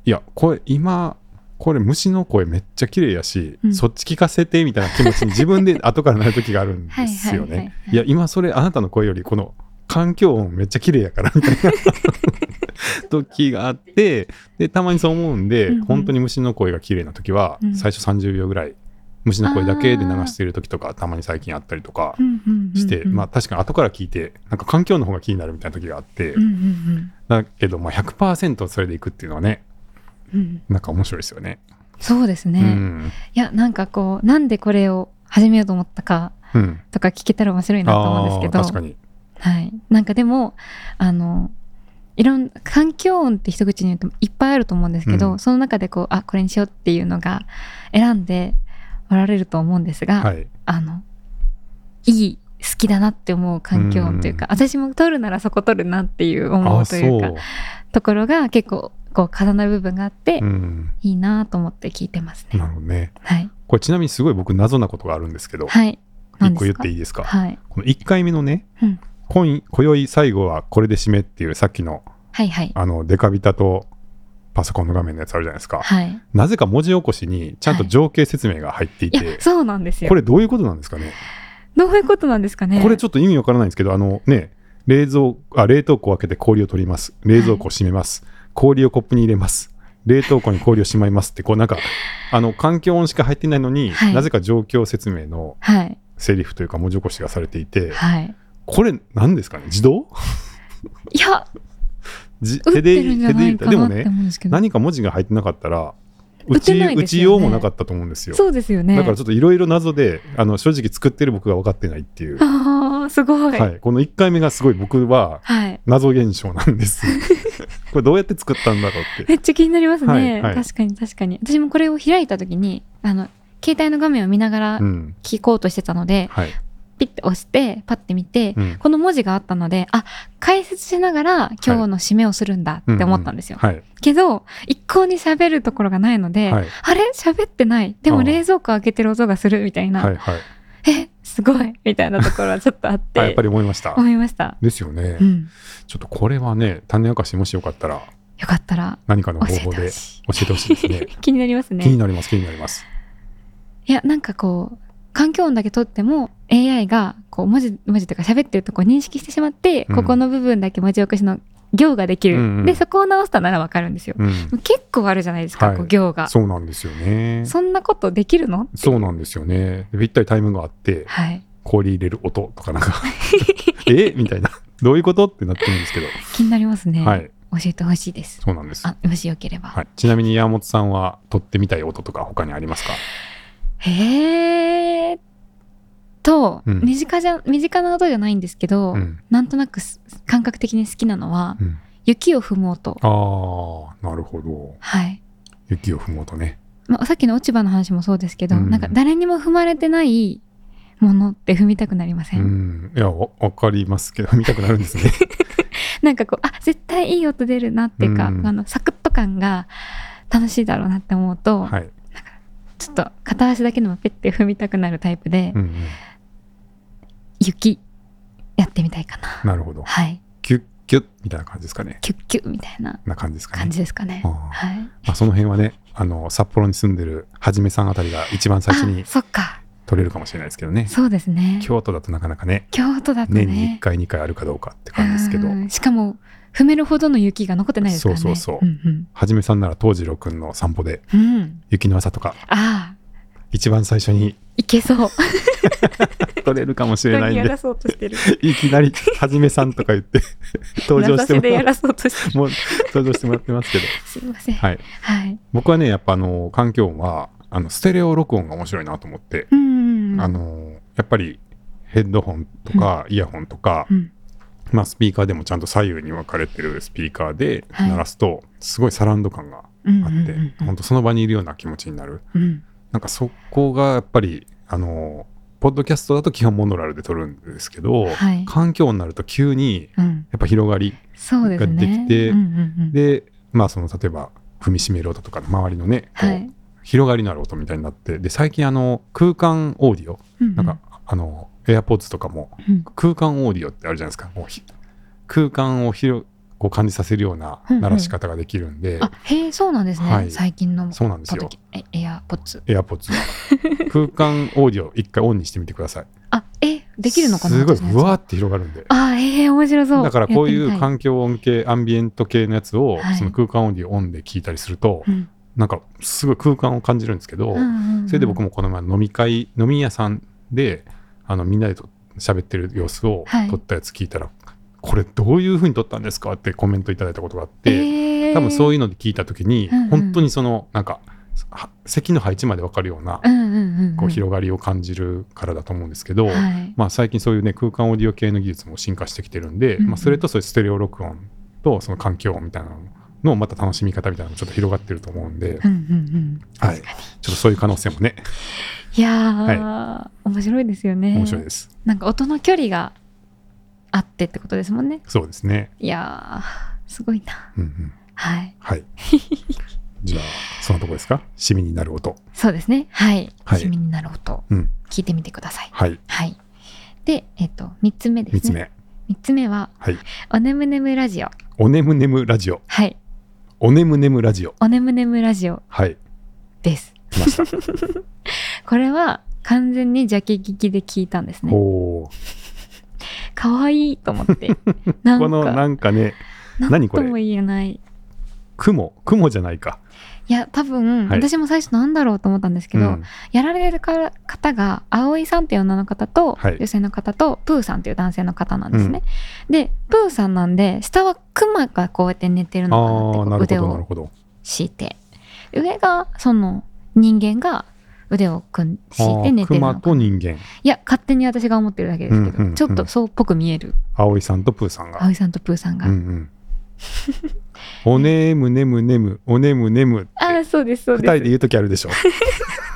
S2: いや声今これ虫の声めっちゃ綺麗やし、
S1: うん
S2: そっち聞かせてみたいな気 持ちに自分で後からなる時があるんですよ
S1: はいはいはい
S2: ね
S1: はい
S2: いや今それあなたの声よりこの環境音めっちゃ綺麗やから みたいな時があってでたまにそう思うんで、
S1: うんうん
S2: 本当に虫の声が綺麗な時は、
S1: うん
S2: 最初30秒ぐらい虫の声だけで流している時とかたまに最近あったりとか
S1: うんうんうんうん
S2: して、まあ確かに後から聞いてなんか環境音の方が気になるみたいな時があって、
S1: うんうん
S2: だけど、まあ、100%それでいくっていうのはね
S1: うんうん
S2: なんか面白いですよね。
S1: そうですね、
S2: うん
S1: いやなんかこうなんでこれを始めようと思ったか
S2: うん、
S1: とか聞けたら面白いなと思うんですけ
S2: あ
S1: ど
S2: ー確かに。
S1: はい、なんかでもあのいろんな環境音って一口に言うといっぱいあると思うんですけど、
S2: うん
S1: その中でこうあこれにしようっていうのが選んでおられると思うんですが、
S2: はい。
S1: あのいい好きだなって思う環境音というか、私も撮るならそこ撮るなっていう思
S2: あ
S1: うというか
S2: ー
S1: ところが結構こう重なる部分があって、
S2: そう。うん。
S1: いいなと思って聞いてますね。
S2: なるほどね。
S1: はい、
S2: これちなみにすごい僕謎なことがあるんですけど、
S1: はい、
S2: 一
S1: 何
S2: 個言って
S1: いい
S2: いいですか。
S1: はい、
S2: この1回目のね、
S1: うん
S2: 今い今宵最後はこれで締めっていうさっきの
S1: はいはい
S2: あのデカビタとパソコンの画面のやつあるじゃないですか。
S1: はい
S2: なぜか文字起こしにちゃんと情景説明が入ってい
S1: い
S2: て、
S1: やそうなんですよ
S2: これどういうことなんですかね。
S1: どういうことなんですかね
S2: これちょっと意味わからないんですけど、あのね、冷蔵あ冷凍庫を開けて氷を取ります。冷蔵庫を閉めます。氷をコップに入れます。冷凍庫に氷をしまいますって、こうなんか、あの、環境音しか入ってないのに、
S1: はい
S2: なぜか状況説明の
S1: はい
S2: セリフというか文字起こしがされていて、
S1: はい。
S2: これ何ですかね自動
S1: いや、
S2: じ
S1: 打っ
S2: 手で
S1: てるんじゃ
S2: 手で
S1: な
S2: 入れ
S1: い
S2: た
S1: か
S2: でも
S1: なって
S2: ね、
S1: 思うんですけど。
S2: 何か文字が入ってなかったら、
S1: 打
S2: 打
S1: て
S2: ち,、
S1: ない
S2: 打
S1: ですよね
S2: ちようもなかったと思うんですよ。
S1: そうですよね。
S2: だからちょっといろいろ謎で、あの正直作ってる僕が分かってないっていう、
S1: ああ、すごい。は。
S2: はいい、この1回目がすごい僕は謎現象な んです。これどうやって作ったんだろうって。
S1: めっちゃ気になりますね。
S2: はいはい
S1: 確かに確かに。私もこれを開いた時に、あの、携帯の画面を見ながら
S2: うん。
S1: 聞こうとしてたので、
S2: はい。
S1: ピッて押して、パッて見て、
S2: うん
S1: この文字があったので、あ、解説しながら今日の締めをするんだって思ったんですよ。
S2: はい。
S1: けど、一向に喋るところがないので、
S2: はい。
S1: あれ喋ってない。で
S2: あ
S1: も
S2: ー
S1: 冷蔵庫開けてる音がするみたいな、
S2: はい。はい。
S1: え、すごいみたいなところはちょっとあっ
S2: あやってぱ、り思いました。
S1: 思いました。
S2: ですよね
S1: う。ん。
S2: ちょっとこれはね、種明かしもしよかったら
S1: よかったら
S2: 何かの
S1: 教
S2: 方
S1: えて
S2: 法
S1: ほ
S2: で教
S1: し
S2: えてほしいです
S1: い。
S2: ね。
S1: 気になります
S2: 気に
S1: ね。
S2: なります、気になります。
S1: いやなんかこう環境音だけ取っても AI がこう文字文字とか喋ってるとこを認識してしまって、
S2: うん
S1: ここの部分だけ文字起こしの行ができる、
S2: うんうん
S1: でそこを直したならわかるんですよ。
S2: うん。
S1: 結構あるじゃないですか、
S2: はい
S1: こう行がそ。
S2: そうなんですよね。
S1: んなことできるの？
S2: そうなんですよね。でぴったりタイムがあって、
S1: はい
S2: 氷入れる音と かなんか、えみたいな。どういうことってなってるんですけど。
S1: 気になりますね。
S2: はい。
S1: 教えてほしいです。
S2: そうなんです。
S1: あもしよければ。
S2: はい、ちなみに山本さんは撮ってみたい音とか他にありますか
S1: へえと、
S2: うん
S1: 身近じゃ身近な音じゃないんですけど、
S2: うん
S1: なんとなくす感覚的に好きなのは、
S2: うん
S1: 雪を踏む音。
S2: ああなるほど
S1: はい。
S2: 雪を踏む音ね
S1: まあ、さっきの落ち葉の話もそうですけど、
S2: うん
S1: なんか誰にも踏まれてないものって踏みたくなりませ、
S2: うんんいやわわかりますけど 見たくなるんですね
S1: なんかこう、あ、絶対いい音出るなっていうか、
S2: うん
S1: あの、サクッと感が楽しいだろうなって思うと、
S2: はい、
S1: ちょっと片足だけでもペッて踏みたくなるタイプで、
S2: うんうん、
S1: 雪やってみたいかな。
S2: なるほど
S1: はい。
S2: キュッキュッみたいな感じですかね
S1: キュッキュッみたいな
S2: な感じですかね
S1: 感じですかね。
S2: あー
S1: はい。
S2: まあ、その辺はねあの札幌に住んでるはじめさんあたりが一番最初に
S1: あ、そっか。
S2: 撮れるかもしれないですけどね
S1: そうですね。
S2: 京都だとなかなかね
S1: 京都だとね。
S2: 年に1回2回あるかどうかって感じですけど
S1: うんしかも踏めるほどの雪が残ってないですからね
S2: そうそうそう
S1: うん
S2: はじめさんなら東次郎くんの散歩で
S1: うんうん、
S2: 雪の朝とか
S1: ああ
S2: 一番最初に
S1: いけそう
S2: 撮れるかもしれないん
S1: 何や
S2: で
S1: らそうとしてる
S2: いきなり、はじめさんとか言って、登場して
S1: 名指
S2: も
S1: でや
S2: ら
S1: らそうとしてる
S2: もう登場してもらってますけど、
S1: すいませんはい、
S2: はい、僕はね、やっぱあの環境音はあのステレオ録音が面白いなと思って、
S1: うんうん
S2: あのやっぱりヘッドホンとかイヤホンとか、
S1: うん
S2: まあ、スピーカーでもちゃんと左右に分かれてるスピーカーで
S1: はい
S2: 鳴らすと、すごいサラウンド感が
S1: うん
S2: あ
S1: う
S2: っ
S1: ん
S2: て、
S1: うん
S2: 本当その場にいるような気持ちになる。
S1: うん
S2: なんかそこがやっぱりあのポッドキャストだと基本モノラルで撮るんですけど、
S1: はい
S2: 環境音になると急に
S1: うん
S2: やっぱ広がり
S1: そうですね
S2: ができて
S1: うんうんうん、
S2: で、まあ、その例えば踏みしめる音とかの周りのね、こう
S1: はい
S2: 広がりのある音みたいになってで最近あの空間オーディオ
S1: うん
S2: なんか、あの AirPods とかも
S1: うん
S2: 空間オーディオってあるじゃないですかもうひ空間を広こう感じさせるような
S1: うんうん
S2: 鳴らし方ができるんで、
S1: あへえそうなんですね、
S2: はい
S1: 最近の
S2: そうなんですよ
S1: パドキえエアポッツ
S2: AirPods は空間オーディオ一回オンにしてみてください
S1: あえできるのかな
S2: すごい
S1: 私のやつ
S2: ふわーって広がるんで
S1: あええ面白そう
S2: だからこういう
S1: 感
S2: 環境音系アンビエント系のやつを、
S1: はい
S2: その空間オーディオオンで聞いたりすると、
S1: うん
S2: なんかすごい空間を感じるんですけど、それで僕
S1: も
S2: もこの前飲み会飲み屋さんであのみんなでと喋ってる様子を
S1: はい
S2: 撮ったやつ聞いたら、これどういうふうに撮ったんですかってコメントいただいたことがあって、
S1: え
S2: 多分そう
S1: い
S2: いうので聞いた時に、
S1: うんうん
S2: 本当にそのなんかは席の配置まで分かるような、
S1: うんうんうんうん、
S2: こう広がりを感じるからだと思うんですけど、
S1: はい
S2: まあ、最近そういうね空間オーディオ系の技術も進化してきてるんで、
S1: うんうん
S2: まあ、それとそういうステレオ録音とその環境音みたいなののまた楽しみ方みたいなのもちょっと広がってると思うんで、
S1: うんうんうん、
S2: はい、ちょっとそういう可能性もね
S1: いやー、面白いですよね
S2: 面白いです。
S1: なんか音の距離があってってことですもんね
S2: そうですね。
S1: いやーすごいな
S2: うんうん、
S1: はい
S2: はい。じゃあ、そのとこですか。シミになる音。
S1: そうですねはい、
S2: はい
S1: 趣味になる音、
S2: うん
S1: 聞いてみてください
S2: はい。
S1: はいでえっ、と3つ目ですね
S2: 三つ目。
S1: 三つ目は、
S2: はい
S1: おねむねむラジオ。
S2: おねむねむラジオ。
S1: はい。
S2: おねむねむラジオ。
S1: おねむねむラジオ
S2: はい。
S1: です。
S2: 来ま した。
S1: これは完全にジャケ聞きで聞いたんですね。
S2: おお。
S1: 可愛いと思 って。なんか、
S2: このなんかね、
S1: なん
S2: 何ことれ
S1: も言えない。
S2: 雲、雲じゃないか。
S1: いや、多分、
S2: はい
S1: 私も最初なんだろうと思ったんですけ
S2: う
S1: ど、
S2: ん。
S1: やられるから方が、葵さんっていう女の方と、
S2: はい
S1: 女性の方と、プーさんっていう男性の方なんですね。で、プーさんなんで、下はクマがこうやって寝てる
S2: あ
S1: のか
S2: あー、
S1: な
S2: な
S1: って、こう腕
S2: るほど、な
S1: を
S2: るほど。
S1: 敷いて上がその人間が腕を組ん敷いて寝てる
S2: 熊
S1: の
S2: と人間。
S1: いや勝手に私が思ってるだけですけど、
S2: うんうんうん
S1: ちょっとそうっぽく見える
S2: 葵さんとプーさんが。
S1: 葵さんとプーさんが、
S2: うんうん。おねむねむねむ、おねむねむ。
S1: ああそうですそう
S2: 二人で
S1: で
S2: 言うときあるでしょ。
S1: す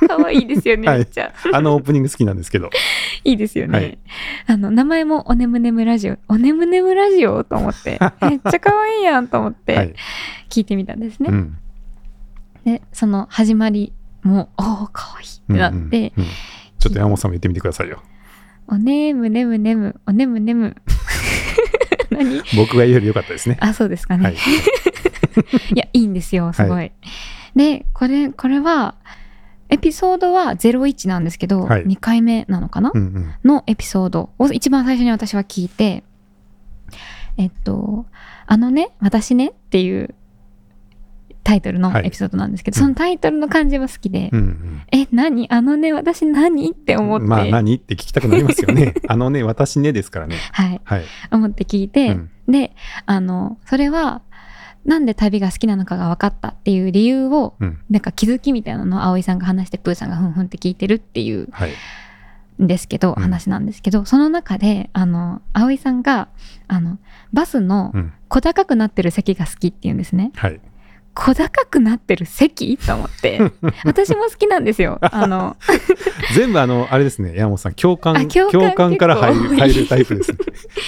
S1: 可愛いですよね、
S2: はい
S1: めっちゃ
S2: あのオープニング好きなんですけど。
S1: いいですよね、
S2: はい
S1: あの名前も「おねむねむラジオ」「おねむねむラジオ」と思って めっちゃ可愛いやんと思っ
S2: は
S1: て
S2: い。
S1: 聞いてみたんですね、
S2: うん。
S1: でその始まりも「おお可愛いって
S2: うん
S1: なっ
S2: う
S1: て、
S2: んうんちょっと山本さんも言ってみてくださいよ。
S1: おねむねむねむおねむねむ 何
S2: 僕が言うより良かったですね。
S1: あそうですかね、
S2: はい
S1: い、。や いいんですよすごい、
S2: は
S1: でこれこれはエピソードは01なんですけど、
S2: はい
S1: 2回目なのかな、
S2: うんうん。
S1: のエピソードを一番最初に私は聞いてえっと「あのね私ね」っていうタイトルのエピソードなんですけど、
S2: はい
S1: そのタイトルの感じは好きで「
S2: うんうん
S1: え何あのね私何?」って思って、
S2: まあ何って聞きたくなりますよ ね。あのね、私ねですからね。
S1: はい、
S2: はい。
S1: 思って聞いて、
S2: うん
S1: であのそれはなんで旅が好きなのかが分かったっていう理由を、
S2: うん
S1: なんか気づきみたいなのを葵さんが話してプーさんがふんふんって聞いてるっていう
S2: はい。
S1: んですけど、
S2: うん
S1: 話なんですけどその中であの葵さんがあのバスの
S2: うん。
S1: 小高くなってる席が好きって言うんですね。
S2: はい。
S1: 小高くなってる席と思って 私も好きなんですよ。あの
S2: 全部あの、あれですね。山本さん、共
S1: あ
S2: 感、
S1: 共感
S2: 共感から入
S1: 結
S2: る
S1: 構
S2: 入るタイプですね。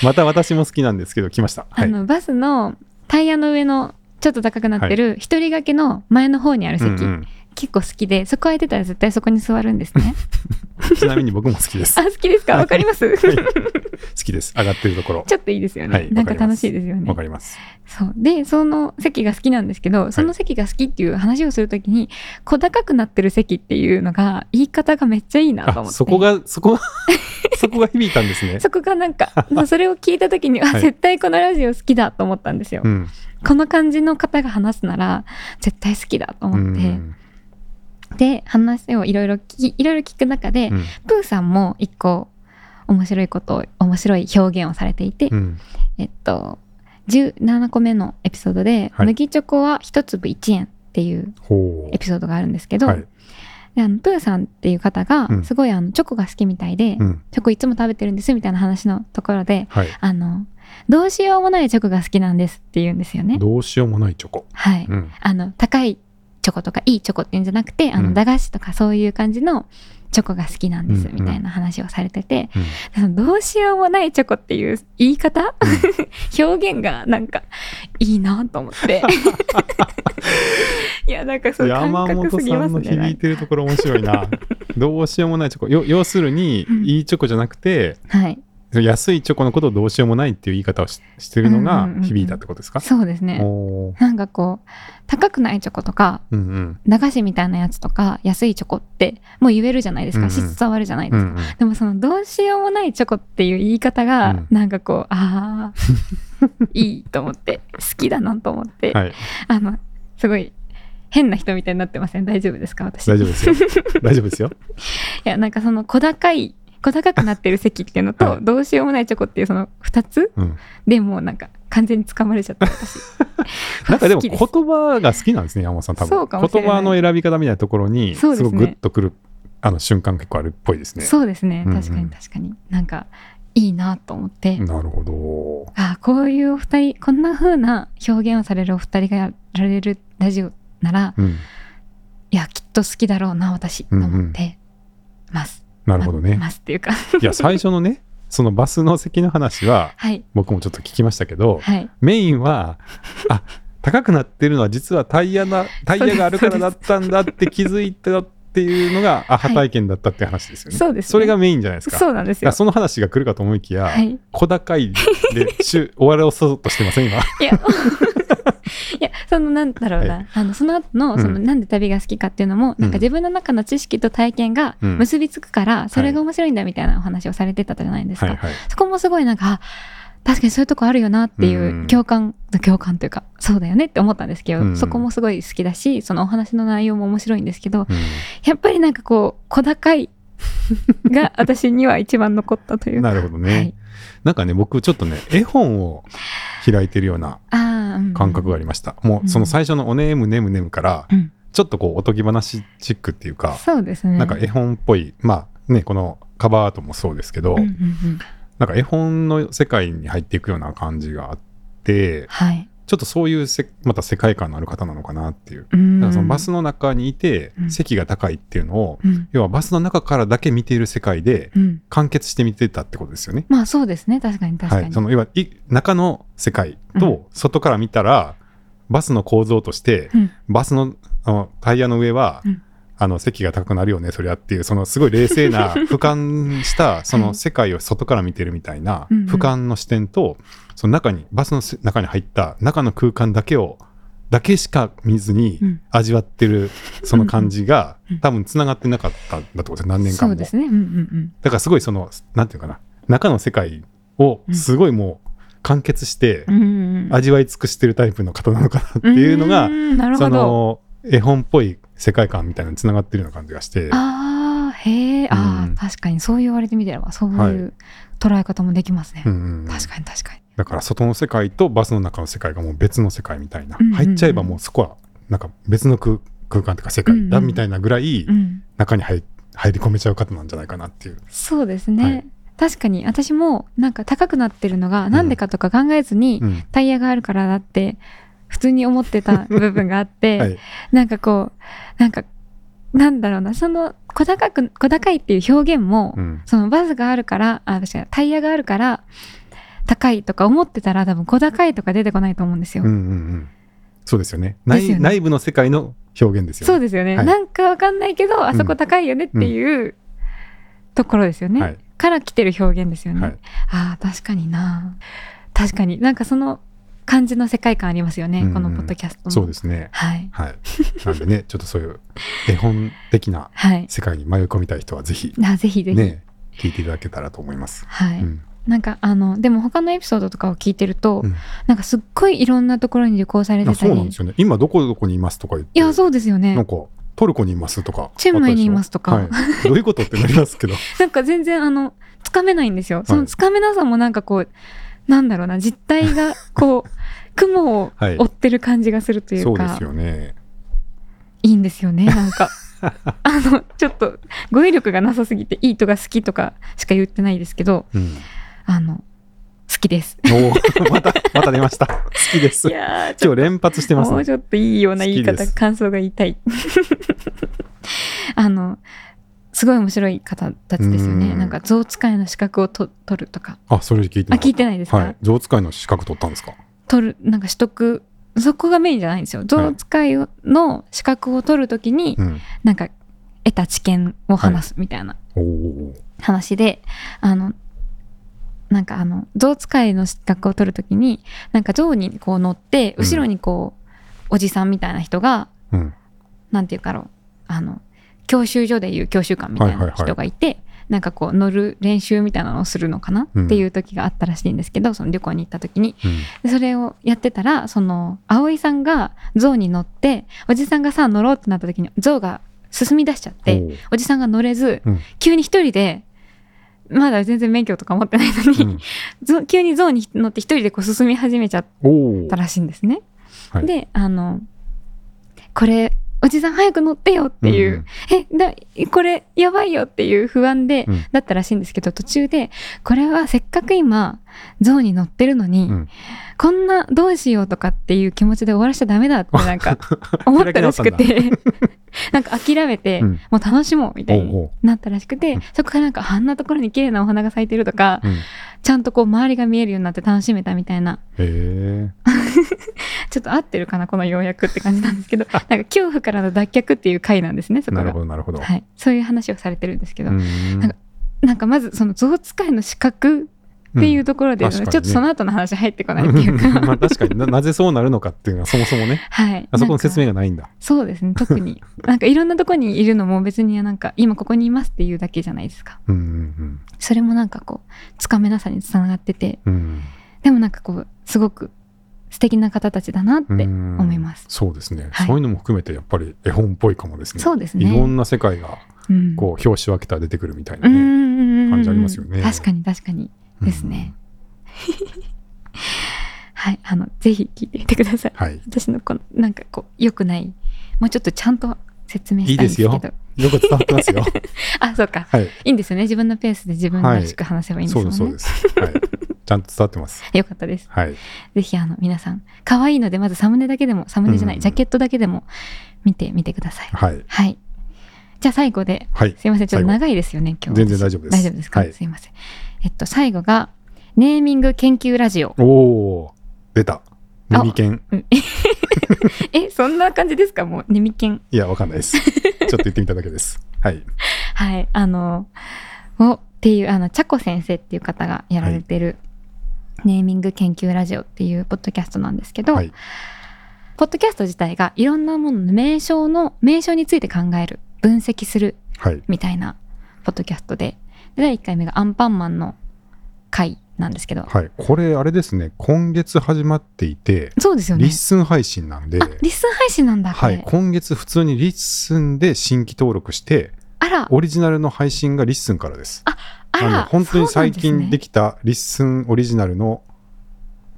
S2: また私も好きなんですけど、来ました。は
S1: あ
S2: い。
S1: のバスのタイヤの上のちょっと高くなってる一人掛けの前の方にある
S2: う
S1: 席、
S2: んうん
S1: 結構好きでそこ空いてたら絶対そこに座るんですね。
S2: ちなみに僕も好き です。
S1: あ
S2: は
S1: 好きですか
S2: はい
S1: わかります、
S2: い好きです。上がってるところ。
S1: ちょっといいですよね、
S2: はい
S1: なんか
S2: わかりま
S1: 楽
S2: す
S1: しいですよね
S2: わかります。
S1: そうでその席が好きなんですけどその席が好きっていう話をするときに小高くなってる席っていうのが言い方がめっちゃいいなと思
S2: あ、
S1: って
S2: そこが、そこが、そこが響いたんですね。
S1: そこがなん かまあそれを聞いたときに、
S2: は
S1: あ
S2: い
S1: 絶対このラジオ好きだと思ったんですよ、
S2: うん。
S1: この感じの方が話すなら絶対好きだと
S2: う
S1: 思って、
S2: ん。
S1: で話をいろいろ聞きいろいろ聞く中で、
S2: うん
S1: プーさんも一個面白いことを面白い表現をされていて、
S2: うん。
S1: えっと、17個目のエピソードで、
S2: はい
S1: 麦チョコは一粒1円っていう
S2: ほ
S1: エピソードがあるんですけど、
S2: はい
S1: であのプーさんっていう方が
S2: うん
S1: すごいあのチョコが好きみたいで、
S2: う。うん。
S1: チョコいつも食べてるんですみたいな話のところで
S2: はい。
S1: あのどうしようもないチョコが好きなんですって言うんですよね。
S2: どうしようもないチョコ。
S1: はい、
S2: うん。
S1: あの高いチョコとかいいチョコっていうんじゃなくてあ
S2: う
S1: の
S2: ん
S1: 駄菓子とかそういう感じのチョコが好きなんです
S2: うん
S1: みたいな話をされてて、
S2: うん
S1: そのどうしようもないチョコっていう言い方、 表現がなんかいいなと思っていやなんか そう感
S2: 山
S1: 覚
S2: 本
S1: すぎ
S2: さ
S1: ま
S2: ん
S1: す
S2: の
S1: ねな
S2: 響い
S1: んか。
S2: てるところ面白いな どうしようもないチョコよ要するに
S1: うん
S2: いいチョコじゃなくて
S1: はい。
S2: 安いチョコのことをどうしようもないっていう言い方をししてるの
S1: う
S2: が
S1: んうんうん
S2: 響いたってことですか、
S1: そうですね。
S2: おー
S1: なんかこう、高くないチョコとか、
S2: うんうん
S1: 駄菓子みたいなやつとか、安いチョコって、もう言えるじゃないです
S2: う
S1: か。
S2: んうん
S1: 質伝わるじゃないで
S2: う
S1: すか。
S2: んうん
S1: でもその、どうしようもないチョコっていう言い方が、
S2: うん
S1: なんかこう、ああ、 いいと思って、好きだなと思って、
S2: はい
S1: あの、すごい、変な人みたいになってません。大丈夫ですか私。
S2: 大丈夫 ですよ大丈夫ですよ
S1: いやなんかその小高い小高くなってる席っていうのと、
S2: はい
S1: どうしようもないチョコっていうその2つ
S2: うん
S1: でもうなんか完全に掴まれちゃった私
S2: なんかでも
S1: 好き
S2: 言
S1: です
S2: 葉が好きなんですね山本さん多
S1: そうかも
S2: 分
S1: しれ
S2: 言
S1: ない
S2: 葉の選び方みたいなところにす
S1: そうで
S2: ご
S1: すね
S2: くグッとくるあの瞬間結構あるっぽいですね
S1: そうですね
S2: うんうん
S1: 確かに確かに、なんかいいなと思って、
S2: なるほど
S1: あこういうお二人こんな風な表現をされるお二人がやられるラジオなら
S2: うん
S1: いやきっと好きだろうな私と思ってます、
S2: なるほどね
S1: ますっていうか
S2: いや最初のねそのバスの席の話は
S1: はい
S2: 僕もちょっと聞きましたけど
S1: はい
S2: メインはあ高くなってるのは実はタイヤだタイヤがあるからだったんだって気づいたっていうのがアハ体験だったって話ですよね。
S1: そうですね
S2: それがメインじゃないですか。
S1: そうなんです
S2: だから
S1: よ
S2: その話が来るかと思いきや、
S1: はい
S2: 小高いでし ゅ終わらそうとしてません今。
S1: いや、 いやそのなんだろうな、
S2: は
S1: あのその後
S2: う
S1: の
S2: ん
S1: そのなんで旅が好きかっていうのも、なんか自分の中の知識と体験が
S2: うん
S1: 結びつくから、それが面白いんだみたいなお話をされてたじゃないですか。
S2: はいはい。
S1: そこもすごいなんかあ確かにそういうとこあるよなっていう
S2: うん
S1: 共感、共感というかそうだよねって思ったんですけど、
S2: うん
S1: そこもすごい好きだしそのお話の内容も面白いんですけど
S2: う
S1: やっぱりなんかこう小高 いが私には一番残ったとい
S2: ん
S1: うか。
S2: なるほどね、
S1: はい、
S2: なんかね僕ちょっとね絵本を開いてるような
S1: あーうん
S2: 感覚がありました。もうその最初の「おねむねむねむ」から
S1: うん
S2: ちょっとこうおとぎ話チックっていうか、
S1: そうですね。
S2: なんか絵本っぽい、まあね、このカバーアートもそうですけど、
S1: うんうんうん
S2: なんか絵本の世界に入っていくような感じがあって、
S1: はい、
S2: ちょっとそういうせまた世界観のある方なのかなっていう。だからそのバスの中にいて
S1: うん
S2: 席が高いっていうのを、
S1: うん、
S2: 要はバスの中からだけ見ている世界で
S1: うん、
S2: 完結して見てたってことですよね。
S1: まあそうですね確かに確か
S2: は
S1: に、
S2: い、その要はい中の世界
S1: うん
S2: と外から見たら、バスの構造として
S1: うん
S2: バスのあのタイヤの上は、
S1: うん
S2: あの席が高くなるよねそりゃっていうそのすごい冷静 な俯瞰したその世界を外から見てるみたいな
S1: うんうん
S2: 俯瞰の視点とその中にバスのせ中に入った中の空間だけをだけしか見ずに
S1: うん
S2: 味わってるその感じが
S1: うんうん
S2: 多分つながってなかったんだってことです何年間
S1: そ
S2: も
S1: うで。すねうんうん
S2: だからすごいそのなんていうかな中の世界をすごいもう完結して
S1: うんうんうん
S2: 味わい尽くしてるタイプの方なのかなっていうのが
S1: ーんなる
S2: そ
S1: ほど
S2: の絵本っぽい世界観みたいなのにつながってるような感じがして
S1: ああへえあー、
S2: うん
S1: 確かにそう言われてみればそう
S2: はい
S1: いう捉え方もできますね、
S2: うんうんうん
S1: 確かに確かに
S2: だから外の世界とバスの中の世界がもう別の世界みたいな
S1: うんうんうん
S2: 入っちゃえばもうそこはなんか別の空空間というか世界だみたいなぐらい
S1: うん
S2: 中に入入り込めちゃう方なんじゃないかなっていう。
S1: そうですね、
S2: はい
S1: 確かに私もなんか高くなってるのがなんでかとか考えずに、
S2: うん
S1: タイヤがあるからだって普通に思ってた部分があって、
S2: はい
S1: なんかこうなんかなんだろうなその小高く小高いっていう表現も、
S2: うん
S1: そのバスがあるからあ確かにタイヤがあるから高いとか思ってたら多分小高いとか出てこないと思うんですよ。
S2: うんうんうんそうですよね
S1: ですよ
S2: 内
S1: ね
S2: 内部の世界の表現ですよね。
S1: そうですよね、
S2: はい
S1: なんかわかんないけどあそこ高いよねっていう、ところですよね、
S2: はい
S1: から来てる表現ですよね。
S2: はい
S1: ああ確かにな確かになんかその感じの世界観ありますよね、
S2: うん
S1: このポッドキャストも。
S2: そうですね。
S1: はい、
S2: はい。なん でね、ちょっとそういう絵本的な
S1: はい、
S2: 世界に迷い込みたい人はぜひ、
S1: あぜひぜひ、
S2: ね、聞いていただけたらと思います。
S1: はい、
S2: うん
S1: なんかあのでも他のエピソードとかを聞いてると、
S2: うん
S1: なんかすっごいいろんなところに旅行され
S2: あ
S1: てた
S2: そうなん
S1: り
S2: ですよね。今どこどこにいますとか言って。
S1: いやそうですよ
S2: なん
S1: ね
S2: か、トルコにいますとか。
S1: チェンマイにいますとか
S2: あったでしょはいどういうことってなります けど。
S1: なんか全然あのつかめないんですよそ
S2: は
S1: の
S2: い
S1: つかめなさもなんかこうなんだろうな実態がこう 雲を
S2: はい
S1: 追ってる感じがするとい
S2: そうう
S1: か、
S2: ですよね。
S1: いいんですよねなん かあのちょっと語彙力がなさすぎていいとか好きとかしか言ってないですけど
S2: うん。
S1: あの好きです
S2: おーまた、また出ました。好きです
S1: い。やーちょ
S2: 今
S1: っ
S2: 日連発して
S1: と
S2: ます
S1: も
S2: ね
S1: う。ちょっといいような言い
S2: 好きで
S1: 方
S2: す
S1: 感想が言いたい あのすごい面白い方たちですよ
S2: う
S1: ね
S2: ん
S1: なんか象使いの資格をと取るとか
S2: あ、それ聞いて
S1: あ
S2: なか
S1: 聞
S2: っ
S1: いてないです
S2: た。
S1: か、
S2: はい。上使いの資格取ったんですか
S1: 取るなんか取得そこがメインじゃないんですよ象使いの資格を取るときに、
S2: うん、
S1: なんか得た知見を話すみたいな
S2: おお
S1: 話で、あのなんかあの象使いの資格を取るときになんか象にこう乗って
S2: うん
S1: 後ろにこう、おじさんみたいな人が
S2: うん
S1: なんていうかろうあの教習所でいう教習官みたい
S2: はい
S1: な
S2: はいはい
S1: 人がいて、なんかこう乗る練習みたいなのをするのかな
S2: うん
S1: っていう時があったらしいんですけど、その旅行に行った時に
S2: うん
S1: でそれをやってたらその葵さんが象に乗っておじさんがさ乗ろうってなった時に象が進み出しちゃっ
S2: お
S1: て
S2: ー
S1: おじさんが乗れず、
S2: うん
S1: 急に一人でまだ全然免許とか持ってないの
S2: う
S1: に、
S2: ん
S1: ゾ急に象に乗って一人でこう進み始めちゃっ
S2: おー
S1: たらしいんですね。
S2: はい
S1: であのこれおじさん早く乗ってよっていう、 えだこれやばいよっていう不安で、
S2: うん
S1: だったらしいんですけど途中でこれはせっかく今象に乗ってるのに、
S2: うん
S1: こんなどうしようとかっていう気持ちで終わらしちゃダメだってなんか思ったらしくて なんか諦めて、
S2: うん
S1: もう楽しもうみたい
S2: おうお
S1: に
S2: う
S1: なったらしくて
S2: うん
S1: そこからなんかあんなところに綺麗なお花が咲いてるとか
S2: うん
S1: ちゃんとこう周りが見えるようになって楽しめたみたいな
S2: へえ
S1: ちょっと合ってるかなこの要約って感じなんですけどなんか恐怖からの脱却っていう回なんですねそこ
S2: なる
S1: が
S2: ほ。どなるほど、
S1: はい、そういう話をされてるんですけど、
S2: うん
S1: なんかなんかまずその象使いの資格っていうところで、
S2: うん
S1: ちょ
S2: 確
S1: っ
S2: かにね
S1: とその後の話入ってこないっていうか、
S2: まあ確かにななぜそうなるのかっていうのはそもそもね
S1: はい、
S2: あそこの説
S1: 明
S2: 明がないんだ
S1: そうですね特に なんかいろんなとこにいるのも別になんか今ここにいますっていうだけじゃないですか
S2: うんうん
S1: それもなんかこうつかめなさにつながってて
S2: うん
S1: でもなんかこうすごく素敵な方たちだなって
S2: うん
S1: 思います、
S2: そうですね、
S1: はい
S2: そういうのも含めてやっぱり絵本っぽいかもですね
S1: そうです
S2: いろ
S1: ね
S2: んな世界が
S1: うん
S2: こう表紙分けたら出てくるみたいうなんね、
S1: うんうん
S2: 感じありますよね
S1: 確かに確かに
S2: うん
S1: ですねはいあのぜひ聞いてみてください
S2: はい
S1: 私のこのなんかこう良くないもうちょっとちゃんと説明したいんですけど
S2: いいですよく伝わってます よ
S1: あそうか
S2: はい
S1: いいんですよね自分のペースで自分らしく話せばいいんです
S2: そ
S1: も
S2: うんで
S1: ね、
S2: すそ うです、はい、ちゃんと伝わってます
S1: よかったです
S2: はい
S1: ぜひあの皆さん可愛いのでまずサムネだけでもサムネじゃない、
S2: うん
S1: ジャケットだけでも見てみてください
S2: はい
S1: はいじゃあ最後で
S2: はい
S1: すいませんちょっと長いですよね今日
S2: 全然大丈夫です
S1: 大丈夫ですか、
S2: はい
S1: すいませんえっと最後がネーミング研究ラジオ
S2: おお出た耳犬
S1: えそんな感じですかもうネミケン
S2: いやわかんないです ちょっと言ってみただけですはい
S1: はいあのをっていうあのチャコ先生っていう方がやられてる、ネーミング研究ラジオっていうポッドキャストなんですけど、
S2: はい
S1: ポッドキャスト自体がいろんなものの名称の名称について考える分析する
S2: はい
S1: みたいなポッドキャストでで第1回目がアンパンマンの回なんですけど、
S2: はいこれあれですね今月始まっていて
S1: そうですよね
S2: リッスン配信なんで
S1: あリッスン配信なんだこ
S2: は
S1: れ、
S2: い、今月普通にリッスンで新規登録して
S1: あら
S2: オリジナルの配信がリッスンからです
S1: あ
S2: の
S1: ら
S2: 本当に最
S1: そうな
S2: 近
S1: ん
S2: です
S1: ね
S2: きたリッスンオリジナルの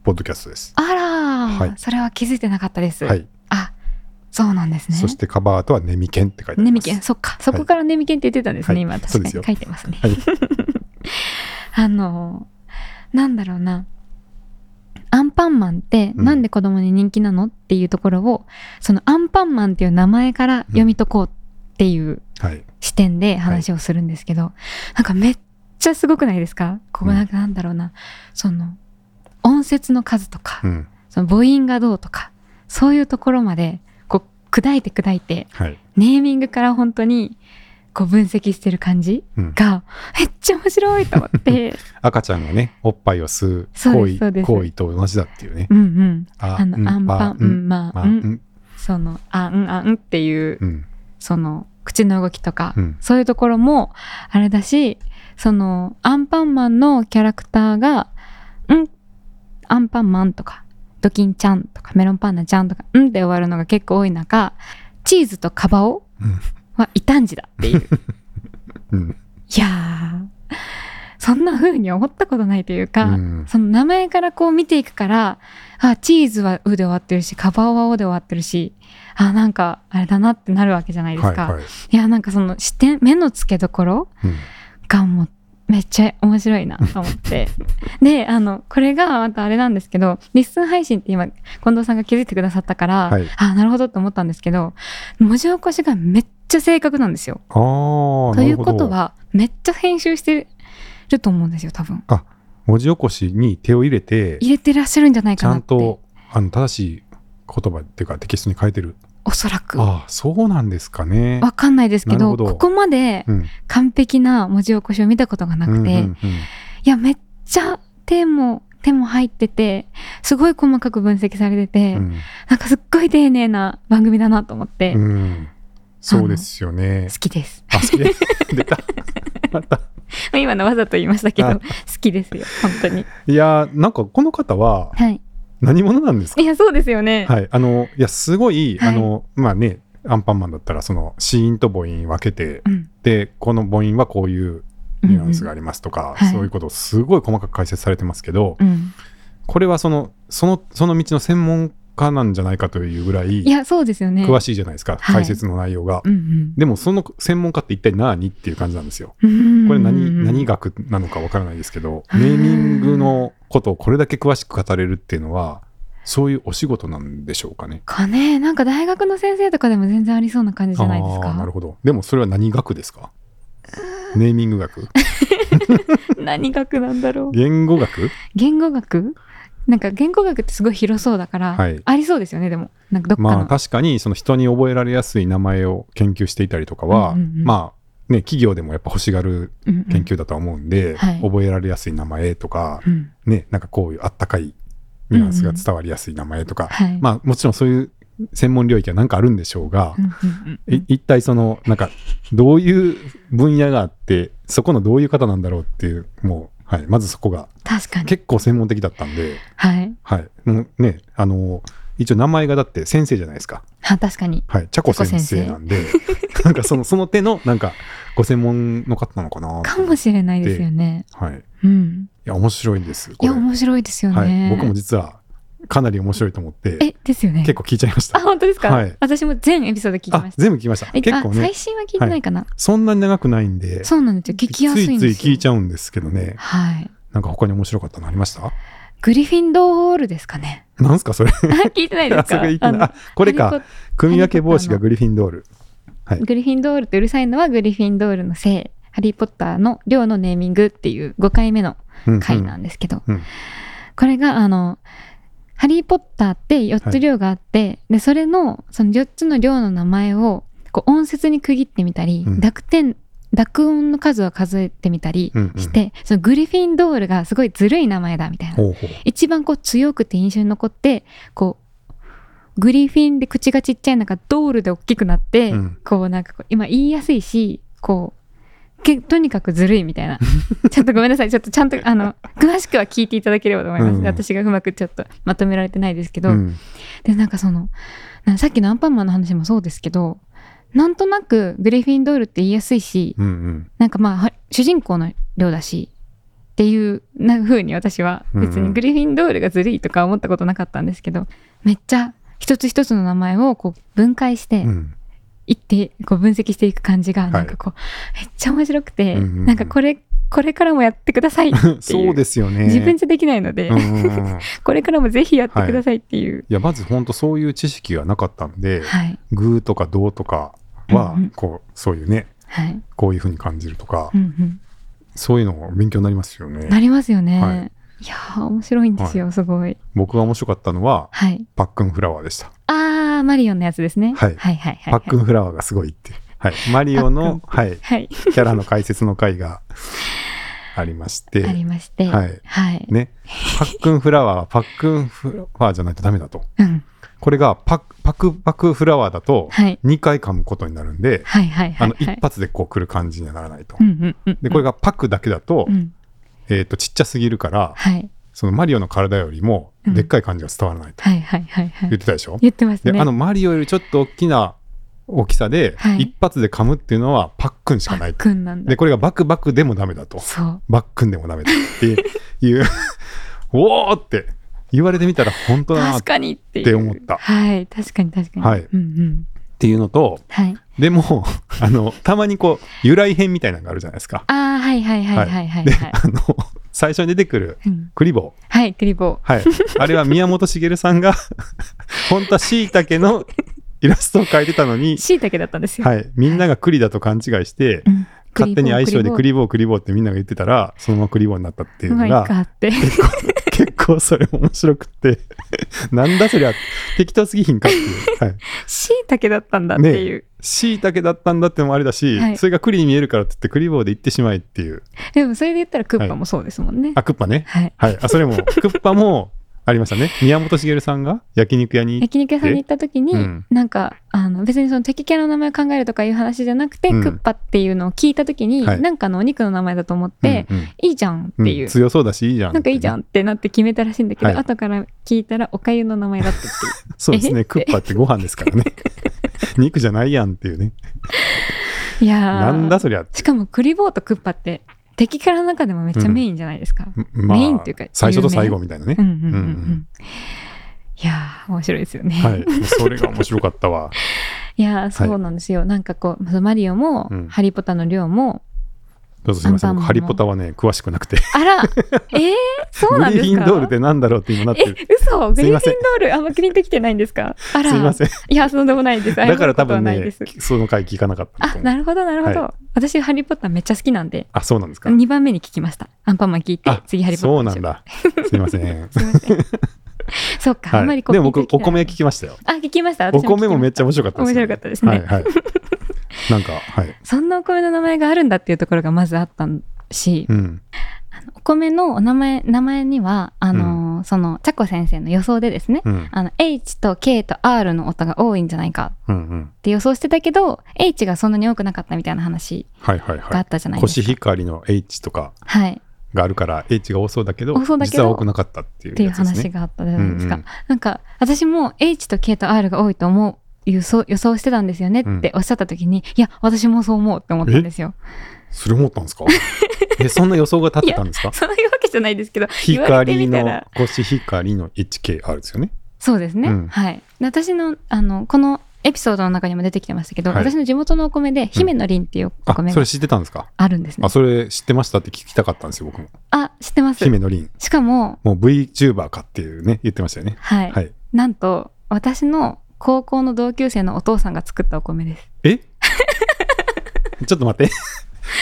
S2: ポッドキャストです
S1: あら、
S2: はい
S1: それは気づいてなかったです、
S2: はい、
S1: あそうなんですね
S2: そしてカバーアートはネミケンって書いてあ
S1: ネ
S2: り
S1: ミ
S2: ます
S1: ケン、そっか、そこからネミケンって言ってたんですね、
S2: はい
S1: 今、
S2: そう
S1: 確か
S2: ですよ
S1: に書いてますね。
S2: はい
S1: あの、なんだろうな、アンパンマンって、
S2: うん
S1: なんで子供に人気なのっていうところを、そのアンパンマンっていう名前から読み解こうっていう
S2: はい、
S1: 視点で話をするんですけど、なんかめっちゃすごくないですかここ
S2: うん
S1: なんかなんだろうな、その、音節の数とか、
S2: うん
S1: その母音がどうとか、そういうところまで、こう、砕いて砕いて、
S2: はい
S1: ネーミングから本当にこう分析してる感じ
S2: うん、
S1: がめっちゃ面白いと思って
S2: 赤ちゃんがねおっぱいを吸う
S1: そう
S2: 行
S1: ですそうで
S2: 為
S1: す
S2: 行為と同じだっていうね
S1: うんうん
S2: あ
S1: あのアンパンマ
S2: まあ、う
S1: ン
S2: ん
S1: そのあんあんっていう
S2: うん
S1: その口の動きとか
S2: うん
S1: そういうところもあれだしそのアンパンマンのキャラクターが「んアンパンマン」とか「ドキンちゃん」とか「メロンパンナちゃん」とか「ん」で終わるのが結構多い中チーズとカバオ
S2: うん
S1: は異端児だっていう
S2: うん
S1: いやーそんな風に思ったことないというか、
S2: うん
S1: その名前からこう見ていくからあチーズは「う」で終わってるしカバオは「お」で終わってるしあなんかあれだなってなるわけじゃないです
S2: はい
S1: か、い
S2: はい、
S1: やなんかその視点目の付けどころ
S2: うん
S1: がもうめっちゃ面白いなと思って であのこれがまたあれなんですけどリッスン配信って今近藤さんが気づいてくださったから、
S2: はい
S1: あなるほどと思ったんですけど文字起こしがめっちゃ正確なんですよ。
S2: ああ
S1: ということはめっちゃ編集してると思うんですよ多分
S2: 文字起こしに手を入れて
S1: 入れてらっしゃるんじゃない
S2: ち
S1: か
S2: ゃ
S1: なっ
S2: ん
S1: て
S2: とあの正しい言葉っていうかテキストに変えてる。
S1: おそらく。わ
S2: ああ、そうなんですかね。
S1: かんないですけ
S2: なる
S1: ど
S2: ほど
S1: ここまで
S2: うん。
S1: 完璧な文字起こしを見たことがなくて、
S2: うんうんうん
S1: いや、めっちゃ手も、手も入ってて、すごい細かく分析されてて、なんかすっごい丁寧な番組だなと思って、
S2: うんうんそうですよね
S1: 好。きです。
S2: あ、好きです。 出た。また。
S1: 今のわざと言いましたけど、
S2: あ
S1: 好きですよ、本当に。
S2: いやー、なんかこの方は
S1: はい。
S2: 何者なんですか
S1: いや、そうですよね。
S2: はい、あのいやすごい、
S1: はい
S2: あのまあねアンパンマンだったらその子音と母音分けて
S1: うん。
S2: でこの母音はこういうニュアンスがありますとか、
S1: うんうん
S2: そういうことをすごい細かく解説されてますけど、
S1: うん。
S2: これはそのそのその道の専門家なんじゃないかというぐらい
S1: いや、そうですよね。
S2: 詳
S1: し
S2: しいじゃないですか、
S1: はい
S2: 解説の内容が。
S1: うん
S2: でもその専門家って一体何っていう感じなんですよ。
S1: うん。
S2: これ何,、
S1: うん
S2: 何学なのかわからないですけど
S1: うん
S2: ネーミングのことをこれだけ詳しく語れるっていうのはそういうお仕事なんでしょうかね。
S1: かね、なんか大学の先生とかでも全然ありそうな感じじゃないです
S2: あーな
S1: か
S2: る。ほど。でもそれは何学ですかネーミング学
S1: 何学なんだろう。
S2: 言語学
S1: 言語学なんか言語学ってすごい広そうだから、
S2: はい
S1: ありそうですよね、でも。なんかどっかの。
S2: まあ確かにその人に覚えられやすい名前を研究していたりとかは、
S1: うんうんうん
S2: まあね企業でもやっぱ欲しがる
S1: うんうん
S2: 研究だとは思うんで、
S1: はい
S2: 覚えられやすい名前とか、
S1: うん
S2: ねなんかこういうあったかいニュアンスが伝わりやすい名前とか、
S1: はい。
S2: まあもちろんそういう専門領域は何かあるんでしょうが、
S1: うんうんうん
S2: い一体そのなんかどういう分野があってそこのどういう方なんだろうっていうもう、はい、まずそこが
S1: 確かに。
S2: 結構専門的だったんで、
S1: はい。
S2: はい、もうね、あの一応名前がだって先生じゃないですか、
S1: あ、確かに。
S2: はい、茶子先生なんで、 なんかそのその手のなんかご専門の方なのかな
S1: かもしれないですよね。
S2: はい、い
S1: うん。
S2: や面白いんですこ
S1: い
S2: れ
S1: や、面白いですよ
S2: はい、
S1: ね。
S2: 僕も実はかなり面白いと思って
S1: え、ですよね。
S2: 結構聞いちゃいました
S1: あ、本当ですか、
S2: はい
S1: 私も全エピソード聞きま
S2: あ
S1: した。
S2: 全部聞きました
S1: え
S2: 結構
S1: あ
S2: ね
S1: 最新は聞いてないかな、
S2: そんなに長くないんで
S1: そうなんですよ。聞きやすいんですよ。
S2: ついつい聞いちゃうんですけどね
S1: はい。
S2: なんか他に面白かったのありました
S1: グリフィンドーホールですか ね。
S2: なんすかそれ
S1: 聞いてないです
S2: あ
S1: か
S2: それ言って
S1: あ
S2: ない
S1: の
S2: あこれ
S1: ハ
S2: か
S1: リポ
S2: 組み分け帽子がグリフィンドールはい
S1: グリフィンドールってうるさいのはグリフィンドールのせい。ハリー・ポッターの寮のネーミングっていう5回目の
S2: うんうん
S1: 回なんですけど、
S2: うんうん
S1: これがあの「ハリー・ポッター」って4つ寮があって、でそれのその4つの寮の名前をこう音節に区切ってみたり、
S2: うん
S1: 濁点濁音の数を数えてみたり
S2: うんうん
S1: して、そのグリフィンドールがすごいずるい名前だみたいな
S2: ほうほう
S1: 一番こう強くて印象に残ってこうグリフィンで口がちっちゃいのがドールで大きくなって、
S2: うん
S1: こうなんかこう今言いやすいしこうけとにかくずるいみたい なちょっとごめんなさいちょっとちゃんとあの詳しくは聞いていただければと思います、
S2: うん
S1: 私がうまくちょっとまとめられてないですけど、
S2: うん
S1: でなんかそのなさっきのアンパンマンの話もそうですけどなんとなくグリフィンドールって言いやすいし
S2: うんうん
S1: なんかまあは主人公の量だしっていうな風に私は別
S2: うんう
S1: に
S2: ん
S1: グリフィンドールがずるいとか思ったことなかったんですけど、めっちゃ一つ一つの名前をこう分解して
S2: うん
S1: いってこう分析していく感じが
S2: い
S1: なんかこう、めっちゃ面白くて、
S2: うんうんうん
S1: なんかこれこれからもやってください、
S2: そうですよね
S1: 自分じゃできないので、
S2: うんうんうんい
S1: これからもぜひやってくださいっていう。
S2: やまず本当そういう知識がなかったんで
S1: はい
S2: 「グー」とか「ドー」とかは
S1: うんうん
S2: こうそういうね
S1: はい、
S2: こういうふうに感じるとか
S1: うんうん
S2: そういうのも勉強になりますよ
S1: な
S2: ね。
S1: りますよね。、
S2: はい
S1: やー面白いんですよ、すごい。
S2: 僕が面白かったのは
S1: はい、
S2: パックンフラワーでした。
S1: あーマリオンのやつですね。
S2: はい
S1: はいはいはい、
S2: パ
S1: は
S2: ッ
S1: い。
S2: クンフラワーがすごいって。はい、マリオの、はい、
S1: はい、
S2: キャラの解説の回がありまして
S1: あ、りまして、
S2: は
S1: はいい、
S2: ね、パックンフラワーはパックンフラワーじゃないとダメだと。
S1: うん、
S2: これがパクパクパクフラワーだと
S1: はい、
S2: 2回噛むことになるんで、
S1: はい、はい、は
S2: あ
S1: い
S2: の、
S1: は
S2: 一
S1: い、
S2: 発でこう来る感じにはならないと
S1: う。ん、うん、うん、
S2: で、これがパクだけだと
S1: う、ん、
S2: えっと、ちっちゃすぎるから、
S1: はい、
S2: そのマリオの体よりも
S1: うん
S2: でっかい感じが伝わらないと
S1: はい、はい、はい、は
S2: 言っ
S1: い、
S2: てたでしょ
S1: 言ってます
S2: で、
S1: ね。
S2: あのマリオよりちょっと大きな大きさで、
S1: はい
S2: 一発で噛むっていうのはパックンしか
S1: パ
S2: ない
S1: ッ。クンなんだ
S2: で、。これがバクバクでもダメだと。
S1: そう、
S2: バックンでもダメだっていう、 おーって言われてみたら本当だなっ
S1: 確かにっていう。
S2: って思った
S1: はい、確かに、確かに。
S2: はい
S1: うん、うん、
S2: ていうのと、
S1: はい。
S2: でも、あの、たまにこう、由来編みたいなのがあるじゃないですか。
S1: ああ、はい、はい、はい、はい、はい、
S2: で、
S1: はい。
S2: あの、最初に出てくる
S1: うん
S2: クリボー。
S1: はい、クリボ
S2: はい。あれは宮本茂さんが、 本当は椎茸のイラストを描いてたの
S1: ー。、
S2: に
S1: しいたけだったんですよ。
S2: はい。みんなが栗だと勘違いして
S1: う、ん
S2: 勝手に愛称でク
S1: リ
S2: リボークリボーってみんなが言ってたら、そのままクリボーになったっていう
S1: ボー
S2: の
S1: うまい
S2: が、
S1: かって。
S2: 結構それも面白くって、 なんだそりゃ、適当すぎひんかっていう。はい。
S1: しいたけだったんだっていう、
S2: しいたけだったんだってのもあれだし、
S1: はい
S2: それが栗に見えるからって言って栗棒で行ってしまいっていう。
S1: でもそれで言ったらクッパもそうですもんね
S2: あ、クッパね。
S1: はい、
S2: はい。あ、それも、 クッパもありましたね。宮本茂さんが焼肉屋に、
S1: 焼肉屋さんに行った時に、
S2: うん
S1: なんかあの別にその敵キャラの名前を考えるとかいう話じゃなくて、
S2: うん
S1: クッパっていうのを聞いた時に、
S2: はい
S1: なんかのお肉の名前だと思っ
S2: うん
S1: て、
S2: うん
S1: いいじゃんっていう、
S2: うん強そうだし、いいじゃん。
S1: なんかいいじゃん。ってなって決めたらしいんだけど、
S2: はい
S1: 後から聞いたらおかゆの名前だったってい う
S2: そうです
S1: え
S2: ね。クッパってご飯ですから ね。肉じゃないやんっていうね。
S1: いやー
S2: なんだそりゃ。
S1: しかもクリボーとクッパって敵キャラの中でもめっちゃメインじゃないですか、
S2: ま
S1: メインっていうか
S2: 最初と最後みたいなね
S1: う。ん、うんうんうん
S2: うんうん
S1: いやー面白いですよね、
S2: はい。もうそれが面白かっ たわ。
S1: いやーそうなんですよ、なんかこうそのマリオも、
S2: うん
S1: ハリー・ポッターのリョウも
S2: どうぞすみません。
S1: アンパンマン
S2: 僕
S1: も
S2: ハリポタはね、詳しくなくて。
S1: あ らえー、そう
S2: グ
S1: なん
S2: リ
S1: ですか
S2: フィンドールってなんだろうって今なってる。
S1: え嘘グ
S2: す
S1: リフィ
S2: いま
S1: ン
S2: せん
S1: ドールあんまキリンときてないんですかあら
S2: す いません。
S1: いやそうでもないです
S2: だから多
S1: 謝ることは
S2: 分
S1: ないで
S2: ね
S1: す、
S2: その回聞かなかったんだ
S1: あ
S2: と思う
S1: なるほどなるほど、
S2: は
S1: 私ハリー・ポッターめっちゃ好きなんで
S2: あ、そうなんですか。
S1: 2番目に聞きましたアンパンマン聞いて
S2: あ、
S1: 次ハリー・
S2: そ
S1: ポ
S2: う
S1: ッタ
S2: な
S1: ー
S2: ん
S1: にし
S2: だ。すいません。
S1: ましたすいませ んそう か、あんま
S2: は
S1: り
S2: い。
S1: こう
S2: でも僕、
S1: 聞い
S2: お
S1: てきてな
S2: 米
S1: い
S2: 聞きましたよ。
S1: あ聞きました
S2: お
S1: 私
S2: 米もめっちゃ面白かったですよね。
S1: 面白かったですね
S2: はいはい。なんか、はい。
S1: そんなお米の名前があるんだっていうところがまずあったし、
S2: うん。
S1: あのお米のお名前名前にはあのーそのチャコ先生の予想でですね、
S2: うん。
S1: あの H と K と R の音が多いんじゃないか
S2: うんうん。
S1: って予想してたけど H がそんなに多くなかったみたいな話
S2: はいはい
S1: があ
S2: は。
S1: ったじゃないいですか。
S2: コシヒカリの H とか
S1: はい
S2: があるから、H が多そうだけど
S1: 多そう、だけど
S2: 実は多くなかったってい
S1: って
S2: う
S1: いう
S2: やつです
S1: 話
S2: ね。
S1: があったじゃないですか。
S2: うんうん
S1: なんか私も H と K と R が多いと思う予想予想してたんですよねっておっしゃった時に、いや私もそう思うって思ったんです よ。
S2: それ思ったんで すかえ、そんな予想が立ってたんですか
S1: そういうわけじゃないですけど言われて
S2: 光
S1: みた
S2: の
S1: ら、
S2: コシヒカリの HKR ですよね。
S1: そうですね、
S2: うん
S1: はいで私のあのこのエピソードの中にも出てきてましたけど、
S2: はい
S1: 私の地元のお米で姫のりんっていうお
S2: あ
S1: 米、
S2: そ
S1: が
S2: れ知ってたんですか
S1: あるんですね
S2: あ、それ知ってましたって聞きたかったんですよ、僕も。
S1: あ知ってます
S2: 姫のりん。
S1: しかも
S2: もう VTuber かっていうね、言ってましたよね。
S1: はい、
S2: はい。
S1: なんと私の高校の同級生のお父さんが作ったお米です
S2: えちょっと待って。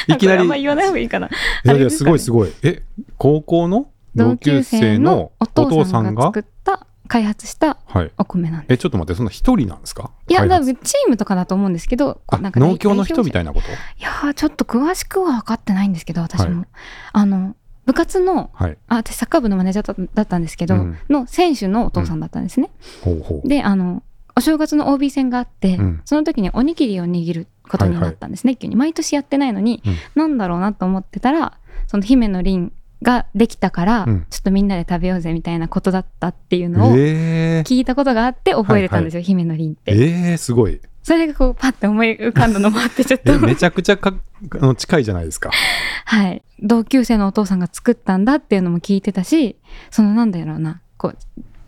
S2: いきな
S1: あこれあ
S2: り。
S1: んま言わない方がいいかなあ
S2: いやい
S1: れで
S2: や、
S1: す
S2: す
S1: かね
S2: ごいすごい。え、高校の 同
S1: 同級
S2: 級
S1: 生
S2: 生
S1: の
S2: の
S1: お
S2: お
S1: 父
S2: 父
S1: さ
S2: さ
S1: ん
S2: ん
S1: が
S2: が
S1: 作。った開発した
S2: はい。
S1: お米なんです
S2: え、ちょっと待って、そんな一人なんですか
S1: いや
S2: 開
S1: 多
S2: 発
S1: 分チームとかだと思うんですけど
S2: あ
S1: なんか
S2: 農協の人みた
S1: い
S2: いなこと
S1: いやーちょっと詳しくは分かってないんですけど私も、
S2: は
S1: あの部活の
S2: はい。
S1: あ私サッカー部のマネージャーだっただったんですけど、
S2: うん
S1: の選手のお父さんだったんですね、
S2: ほうほう。
S1: であのお正月の OB 戦があって、
S2: うん
S1: その時におにぎりを握ることになったんですね、急に毎年やってないのに、
S2: うん
S1: なんだろうなと思ってたらその姫の凛ができたから、
S2: うん
S1: ちょっとみんなで食べようぜみたいなことだったっていうのを
S2: えー、
S1: 聞いたことがあって覚えれたんですよ、姫の凛って
S2: えー、すごい。
S1: それがこうパッて思い浮かんだのもあってちょっと
S2: え、めちゃくちゃかあの近いじゃないで すか。
S1: はい、同級生のお父さんが作ったんだっていうのも聞いてたしそのなんだろうなこう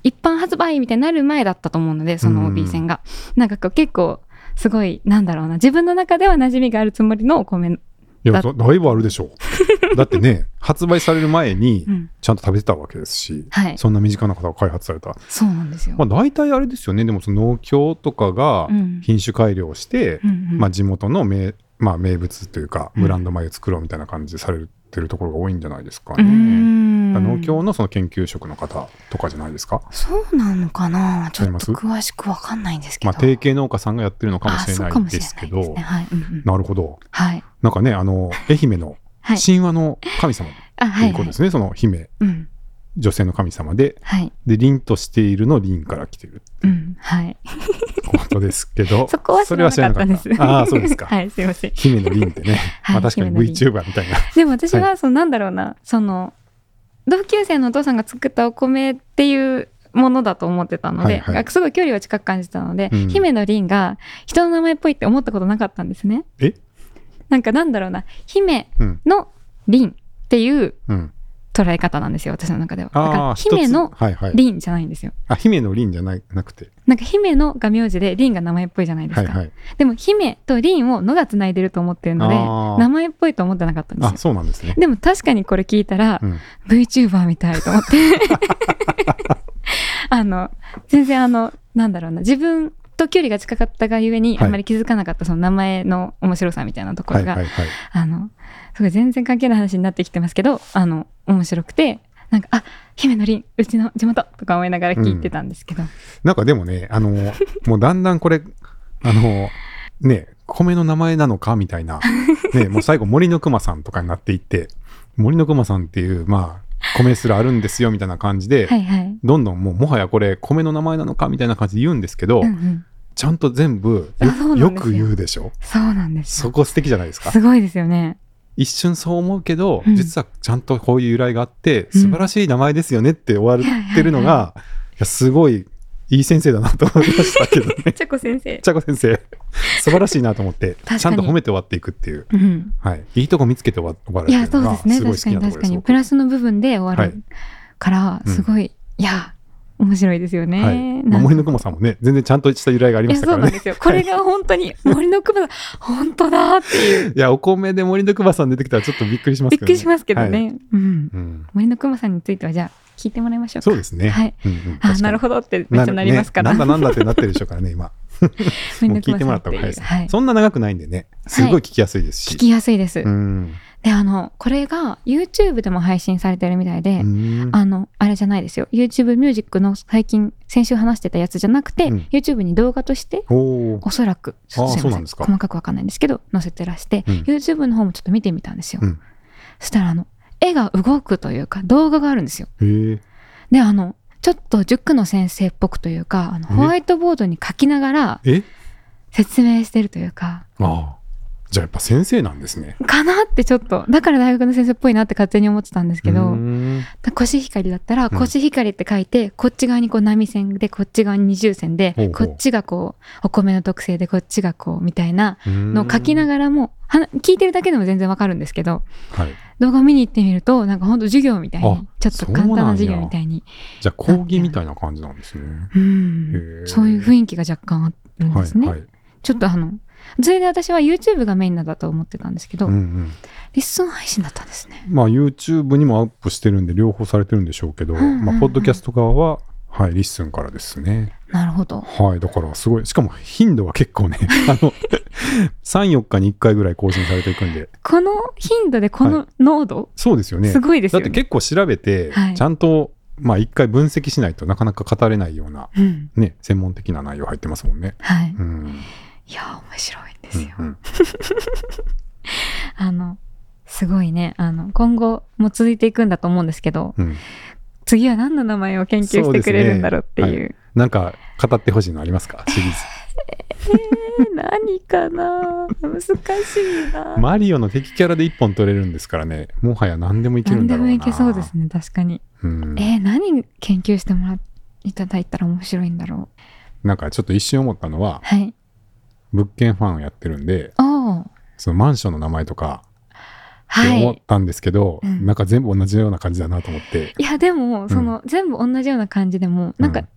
S1: 一般発売みたいになる前だったと思うのでその OB 戦が、なんかこう結構すごいなんだろうな自分の中では馴染みがあるつもりのお米、
S2: い
S1: だ
S2: や、だだいぶあるでしょ う。だってね、発売される前に
S1: う、ん、
S2: ちゃんと食べてたわけですし、
S1: はい
S2: そんな身近な方が開発された。
S1: そうなんですよ、
S2: まあ、大体あれですよね、でもその農協とかが
S1: うん
S2: 品種改良して、
S1: うんうん
S2: まあ、地元の名,、まあ、名物というか
S1: うん
S2: ブランド米を作ろうみたいな感じでされてるところが多いんじゃないですか
S1: うー
S2: ね。
S1: ん
S2: だから農協のその研究職の方とかじゃないですか。
S1: そうなのかなちょ
S2: 違い
S1: っ
S2: ま
S1: と
S2: す
S1: 詳しくわかんないんですけど、
S2: まあ、定型農家さんがやってるのかも
S1: あ
S2: し
S1: そ
S2: れ
S1: う
S2: な
S1: かも
S2: い
S1: しれない
S2: で
S1: です
S2: すけ
S1: け
S2: ど
S1: どはい、うんうん
S2: なるほど
S1: はい
S2: なんかねあの愛媛の
S1: はい
S2: 神話の神様
S1: あ
S2: と
S1: はいいう
S2: こ
S1: は
S2: と
S1: い
S2: ですね、その姫
S1: うん
S2: 女性の神様で
S1: はい
S2: で凛としているの凛から来てる
S1: うんはい
S2: ってことですけど
S1: そこは知らなかったんです
S2: それは知らなかった ああそうですか、
S1: はいすいません
S2: 姫の凛ってね、
S1: はい
S2: まあ、確かに
S1: 姫の凛
S2: VTuber みたいな
S1: でも私
S2: は
S1: はそのなんだろうな、その同級生のお父さんが作ったお米っていうものだと思ってたので、
S2: はいはい
S1: あすごい距離は近く感じたので、
S2: うん
S1: 姫の凛が人の名前っぽいって思ったことなかったんですね。
S2: え
S1: なんかなんだろうな姫
S2: うん
S1: の凛っていう
S2: うん
S1: 捉え方なんですよ私の中では。だから
S2: ああ
S1: 姫の
S2: 一つはいはい
S1: 凛じゃないんですよ。
S2: あ姫の凛じゃななくて
S1: なんか姫のが名字で凛が名前っぽいじゃないです
S2: はい
S1: か。
S2: はい
S1: でも姫と凛を「の」がつないでると思ってるの
S2: あ
S1: で
S2: ー
S1: 名前っぽいと思ってなかったんです
S2: あ
S1: よ。
S2: そうなんですね
S1: でも確かにこれ聞いたら、
S2: うん
S1: VTuber みたいと思 って。あの、全然あの、なんだろうな、自分と距離が近かったがゆえに、
S2: はい
S1: あんまり気づかなかったその名前の面白さみたいなとこ
S2: は
S1: ろ
S2: い
S1: が、
S2: はいはい
S1: あの、すごい全然関係ない話になってきてますけど、あの、面白くて、なんかあ姫のりんうちの地元とか思いながら聞いてたんですけど、
S2: なんかでもね、あの、もうだんだんこれ、あの、ね、米の名前なのかみたいな、ね、もう最後森の熊さんとかになっていって、森の熊さんっていう、まあ、米すらあるんですよみたいな感じで、
S1: はいはい、
S2: どんどんもうもはやこれ米の名前なのかみたいな感じで言うんですけど、
S1: うんうん、
S2: ちゃんと全部
S1: あそうな
S2: よ
S1: んです
S2: よ
S1: よ
S2: く言うでしょ
S1: そうなんです
S2: そ
S1: よ
S2: こ素敵じゃないですか
S1: すごいですよね
S2: 一瞬そう思うけど、
S1: うん
S2: 実はちゃんとこういう由来があって、
S1: うん
S2: 素晴らしい名前ですよねって終わってるの
S1: はいはい
S2: が、いやすごいいい先生だなと思いましたけどね
S1: チャコ先生
S2: ちゃこ 先生素晴らしいなと思って
S1: かに
S2: ちゃんと褒めて終わっていくっていう、
S1: うん
S2: はい、いいとこ見つけて終わ終わ
S1: いや
S2: られてる
S1: そう
S2: の
S1: で
S2: が
S1: すね
S2: すごい好
S1: 確か
S2: き
S1: に
S2: なとこ
S1: 確か
S2: ろです
S1: に
S2: 僕
S1: プラスの部分で終わるから
S2: うん
S1: すごい、いや面白いですよね、
S2: はい、
S1: なん
S2: 守りの雲さんもね全然ちゃんとした由来があり
S1: い
S2: ま
S1: や
S2: した
S1: そ
S2: か
S1: う
S2: ら
S1: なん
S2: ね
S1: ですよこれが本当に森の熊だ本当だっていう
S2: いやお米で森の熊さん出てきたらちょっとびっくりします
S1: び
S2: け
S1: っ
S2: ど、
S1: く
S2: ね、
S1: りしますけどね、
S2: はい
S1: うん、
S2: うん、
S1: 森の熊さんについてはじゃあ聞いてもらいましょうか
S2: そうですね、
S1: はい
S2: うんうん、
S1: あなるほどってめっちゃなりますから、
S2: ね、なんだなんだってなってるでしょうからね今
S1: 森
S2: もう
S1: の
S2: 聞
S1: 熊
S2: いても
S1: さん
S2: らっ
S1: って
S2: た
S1: い
S2: 方
S1: う
S2: が早いです、
S1: はい、
S2: そんな長くないんでねすごい聞きやすいですし、
S1: 聞きやすいです、
S2: うん
S1: であのこれが YouTube でも配信されてるみたいで、
S2: うん
S1: あのあれじゃないですよ YouTube ミュージックの最近先週話してたやつじゃなくて、
S2: うん
S1: YouTube に動画として
S2: おー
S1: おそらくちょっとすいませ
S2: そうなんですか
S1: 細かくわかんないんですけど載せてらして、
S2: うん
S1: YouTube の方もちょっと見てみたんですよ、
S2: うん
S1: そしたらあの絵が動くというか動画があるんですよ
S2: へー
S1: であのちょっと塾の先生っぽくというかあの
S2: え
S1: ホワイトボードに書きながら
S2: え
S1: 説明してるというか
S2: ああじゃあやっぱ先生なんですね
S1: かなってちょっとだから大学の先生っぽいなって勝手に思ってたんですけ
S2: う
S1: ど
S2: ん
S1: だコシヒカリだったら
S2: うん
S1: コシヒカリって書いて、こっち側にこう波線でこっち側に二重線で
S2: ほうほう
S1: こっちがこうお米の特性でこっちがこうみたいなのを書きな
S2: が
S1: がらもはな聞いてるだけでも全然わかるんですけど
S2: ら、はい、
S1: 動画を見に行ってみるとなんかほんと授業みたい
S2: あ
S1: にちょっと簡単な授業みたいに
S2: じゃあ講義みたいな感じなんですね
S1: うん
S2: へえ
S1: そういう雰囲気が若干あるんですね。
S2: はいはい
S1: ちょっとあのそれで私は YouTube がメインなんだと思ってたんですけど、
S2: うんうん
S1: レッスン配信だったんですね。
S2: まあ YouTube にもアップしてるんで両方されてるんでしょうけど、
S1: うんうんうん
S2: まあポッドキャスト側ははいリッスンからですね
S1: なるほど。
S2: はい、だからすごい。しかも頻度は結構ね、 あの、3、4日に1回ぐらい更新されていくんで、
S1: この頻度でこ
S2: は
S1: の濃度、
S2: そうですよね。
S1: すごいです
S2: だ
S1: よ
S2: って
S1: ね。
S2: 結構調べて、
S1: はい
S2: ちゃんと、まあ1回分析しないとなかなか語れないような、
S1: うん、
S2: ね、専門的な内容入ってますもんね。
S1: はい。
S2: うん。
S1: いやー面白いんで
S2: う
S1: すよ
S2: ん。うん
S1: あのすごいねあの今後も続いていくんだと思うんですけど
S2: うん、
S1: 次は何の名前を研究してくれるんだろうって
S2: そう
S1: い
S2: で
S1: う。
S2: なんか語ってほしいのありますかシリーズ。
S1: えー何かな難しいな。
S2: マリオの敵キャラで1本取れるんですからね、もはや何でもいけるん
S1: 何
S2: だ
S1: で
S2: ろう
S1: も
S2: な。
S1: いけそうですね確かに。
S2: うん。
S1: えー何研究してもらいただいたら面白いんだろう。
S2: なんかちょっと一瞬思ったのは、
S1: はい。
S2: 物件ファンをやってるんで、
S1: おー
S2: そのマンションの名前とか、って
S1: は
S2: 思っ
S1: い。
S2: たんですけど、
S1: うん
S2: なんか全部同じような感じだなと思って、
S1: いやでもその、全部同じような感じでもなんか、
S2: うん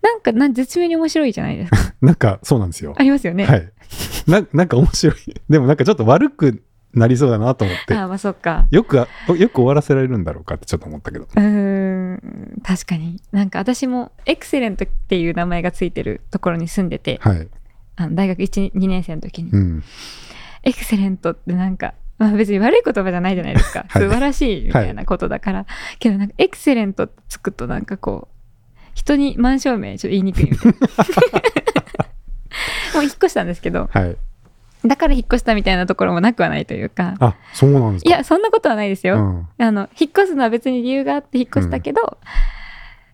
S1: なんかなん絶妙に面白いじゃないです か。
S2: なんかそうなんですよ
S1: あ。りますよね。
S2: はい。ななんか面白い。でもなんかちょっと悪くなりそうだなと思って
S1: あ、あまあそっか。
S2: よくあよく終わらせられるんだろうかってちょっと思ったけど。
S1: うーん確かになんか私もエクセレントっていう名前がついてるところに住んでて
S2: はい。
S1: あの大学12年生の時に、
S2: うん。
S1: エクセレントってなんか、まあ、別に悪い言葉じゃないじゃないですか、
S2: はい
S1: 素晴らしいみたいなことだから、けどなんかエクセレントってつくとなんかこう人にマンション名ちょっと言いにくいみ たいなもう引っ越したんですけど
S2: はい。
S1: だから引っ越したみたいなところもなくはないというか
S2: あ、そうなんです
S1: い
S2: か。
S1: やそんなことはないですよ、
S2: うん。
S1: あの引っ越すのは別に理由があって引っ越したけど、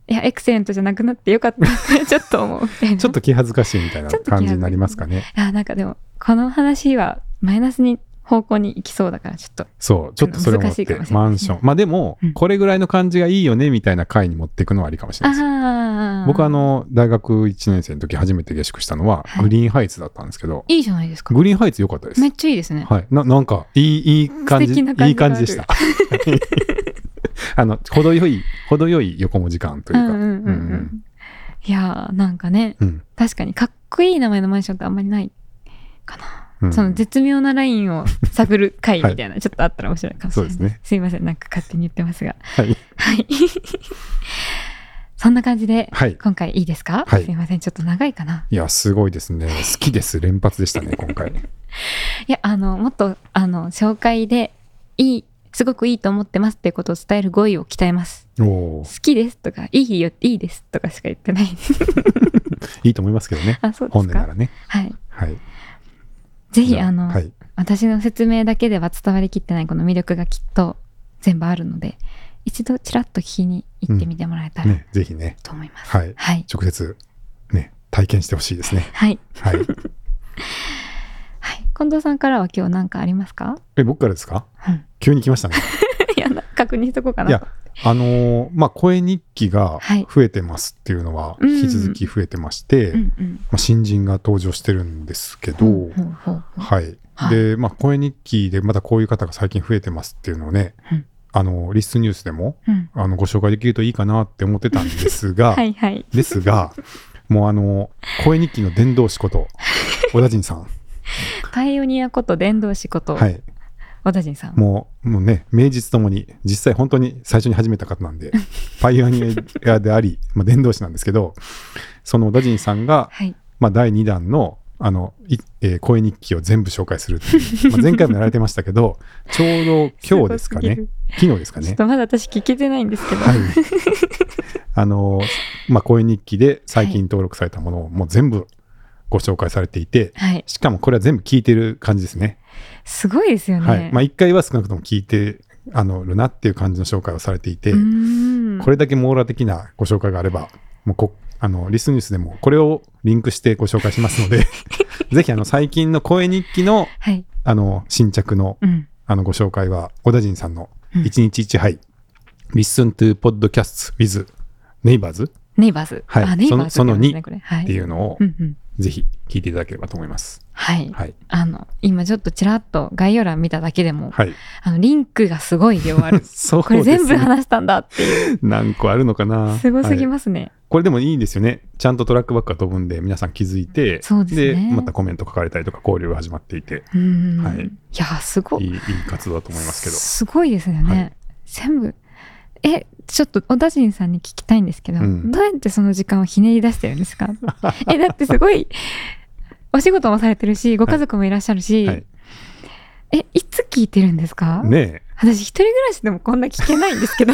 S1: いやエクセレントじゃなくなってよかったなって ちょっと思うみたいな
S2: ちょっと気恥ずかしいみたいな
S1: ちょっと気恥ずかしい
S2: 感じになりますかね。
S1: いやなんかでもこの話はマイナスに方向に行きそうだからちょっと
S2: そう、ちょっとそれ思っ
S1: 難していかもしれない
S2: マンション。まあでも、
S1: うん
S2: これぐらいの感じがいいよねみたいな回に持っていくのはありかもしれないです。
S1: ああ
S2: 僕あの大学1年生の時初めて下宿したのは
S1: はい
S2: グリーンハイツだったんですけど、
S1: いいじゃないですか
S2: グリーンハイツ良かったです
S1: め。っちゃいいですね、
S2: はい、ななんかいいいい感じ
S1: 素敵な感じがある
S2: いい感じでした。 あの程よい程よい横文字感といううんか、
S1: うんうんう
S2: うん
S1: んいやーなんかね
S2: うん
S1: 確かにかっこいい名前のマンションってあんまりないかな、
S2: うん
S1: その絶妙なラインを探る会みたいな、ちょっとあったら面白いかもしれない
S2: そうですね
S1: すいませんなんか勝手に言ってますが
S2: はい
S1: はい。 そんな感じで、
S2: はい
S1: 今回いいですか、
S2: はい
S1: すいません、ちょっと長いかな。
S2: いやすごいですね好きです連 発でしたね今回
S1: いや、あの、もっと、あの、紹介でいい、好すごくいいと思ってますっていうことを伝える語彙を鍛えます。
S2: お
S1: 好
S2: ー
S1: きですとか、いいよ、いいですとかしか言ってない です。
S2: いいと思いますけどね
S1: あ、そうで
S2: 本
S1: す
S2: 音な
S1: か。
S2: らね
S1: はい。
S2: はい
S1: ぜ
S2: じ
S1: ひ、
S2: ゃ
S1: あの、
S2: はい
S1: 私の説明だけでは伝わりきってないこの魅力がきっと全部あるので、一度ちらっと聞きに行ってみてもらえたら
S2: ねぜひね
S1: と思います。
S2: はい
S1: はい。
S2: 直接ね体験してほしいですね
S1: はい。
S2: はい
S1: はい。近藤さんからは今日何かありますか
S2: え僕からですか
S1: うん。
S2: 急に来ましたね
S1: いや、な確認しとこうかな。
S2: いやあのーまあ声日記が
S1: はい
S2: 増えてますっていうのは
S1: うん
S2: 引き続き増えてまして、
S1: うんうん。
S2: まあ、新人が登場してるんですけど、
S1: ほうほうほうほう
S2: はい
S1: はい
S2: で、まあ、声日記でまだこういう方が最近増えてますっていうのをね、
S1: うん
S2: あのリスニュースでも
S1: うん。
S2: あのご紹介できるといいかなって思ってたんです が、
S1: はいはい。
S2: ですがもうあの声日記の伝道師こと小田 陣さん、
S1: パイオニアこと伝道師こと、
S2: はい、
S1: 小田陣さん。
S2: もうもうね名実ともに実際本当に最初に始めた方な んでパイオニアであり、まあ、伝道師なんですけどその小田陣さんが、
S1: はい。
S2: まあ、第2弾のあの、いえー声日記を全部紹介するって いう、まあ、前回もやられてましたけどちょうど今日ですか
S1: ごぎ
S2: ね
S1: る
S2: 昨日ですか
S1: ちょっ
S2: ね
S1: とまだ私聞けてないんですけど。
S2: はいあのまあ声日記で最近登録されたものをもう全部ご紹介されていて
S1: はい。
S2: しかもこれは全部聞いてる感じですね
S1: すごいですよね。
S2: はいまあ、1回は少なくとも聞いてあのるなっていう感じの紹介をされていて、
S1: うーん
S2: これだけ網羅的なご紹介があればもうこあのリスニュースでもこれをリンクしてご紹介します のでぜひあの最近の声日記の
S1: はい。
S2: あの新着の
S1: うん。
S2: あのご紹介は小田陣さんの
S1: うん
S2: 1日1杯、Listen to Podcasts with Neighbors っ
S1: ネイバーズ。
S2: はい
S1: あ、ネイバーズ
S2: その
S1: って言うんですねこれはい。
S2: ていうのを
S1: うんうん。
S2: ぜひ聞いていただければと思います。
S1: はい。
S2: はい、
S1: あの、今ちょっとちらっと概要欄見ただけでも、
S2: はい、。
S1: あの、リンクがすごい量ある
S2: そう
S1: これ
S2: で
S1: 全
S2: す
S1: 部
S2: ね。
S1: 話したんだっていう。
S2: 何個あるのかな。
S1: すごす
S2: はい
S1: ぎますね。
S2: これでもいいですよね。ちゃんとトラックバックが飛ぶんで、皆さん気づいて、
S1: そうですね
S2: またコメント書かれたりとか、交流が始まっていて、
S1: うーん。
S2: はい
S1: いや、すご
S2: いいいい活動だと思いますけど。
S1: すごいですよね、
S2: はい
S1: 全部えちょっと小田陣さんに聞きたいんですけど、
S2: うん
S1: どうやってその時間をひねり出してるんですかえだってすごいお仕事もされてるしご家族もいらっしゃるし、
S2: はい
S1: えいつ聞いてるんですか、
S2: ねえ、
S1: 私一人暮らしでもこんな聞けないんですけど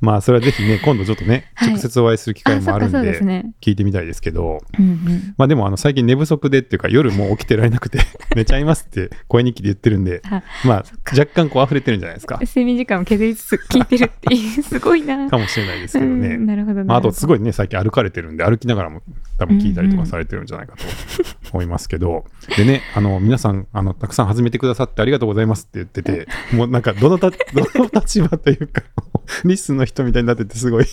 S2: まあそれはぜひね、今度ちょっとね、
S1: はい
S2: 直接お会い する機会もあ
S1: そっ
S2: る
S1: か
S2: ん
S1: そうで
S2: で、
S1: すね、
S2: 聞いてみたいですけど、
S1: うんうん
S2: まあでもあの最近寝不足でっていうか、夜もう起きてられなくて、 寝ちゃいますって声日記で言ってるんで
S1: あ、
S2: まあ
S1: そっか
S2: 若干こう溢れてるんじゃないですか。
S1: 睡眠時間を削りつつ聞いてるって いうすごいな
S2: かもしれないですけ
S1: う
S2: ど
S1: ん
S2: ね。
S1: なるほど
S2: まあ、あとす
S1: い
S2: ごいね最近歩かれてるんで歩きながらも多分聞いたりとかされてるんじゃないかと思いますけど、でねあの皆さんあのたくさん始めてくださってありがとうございますって言っててもうなんかどのた どの立場というかリスンの人みたいになっててすごい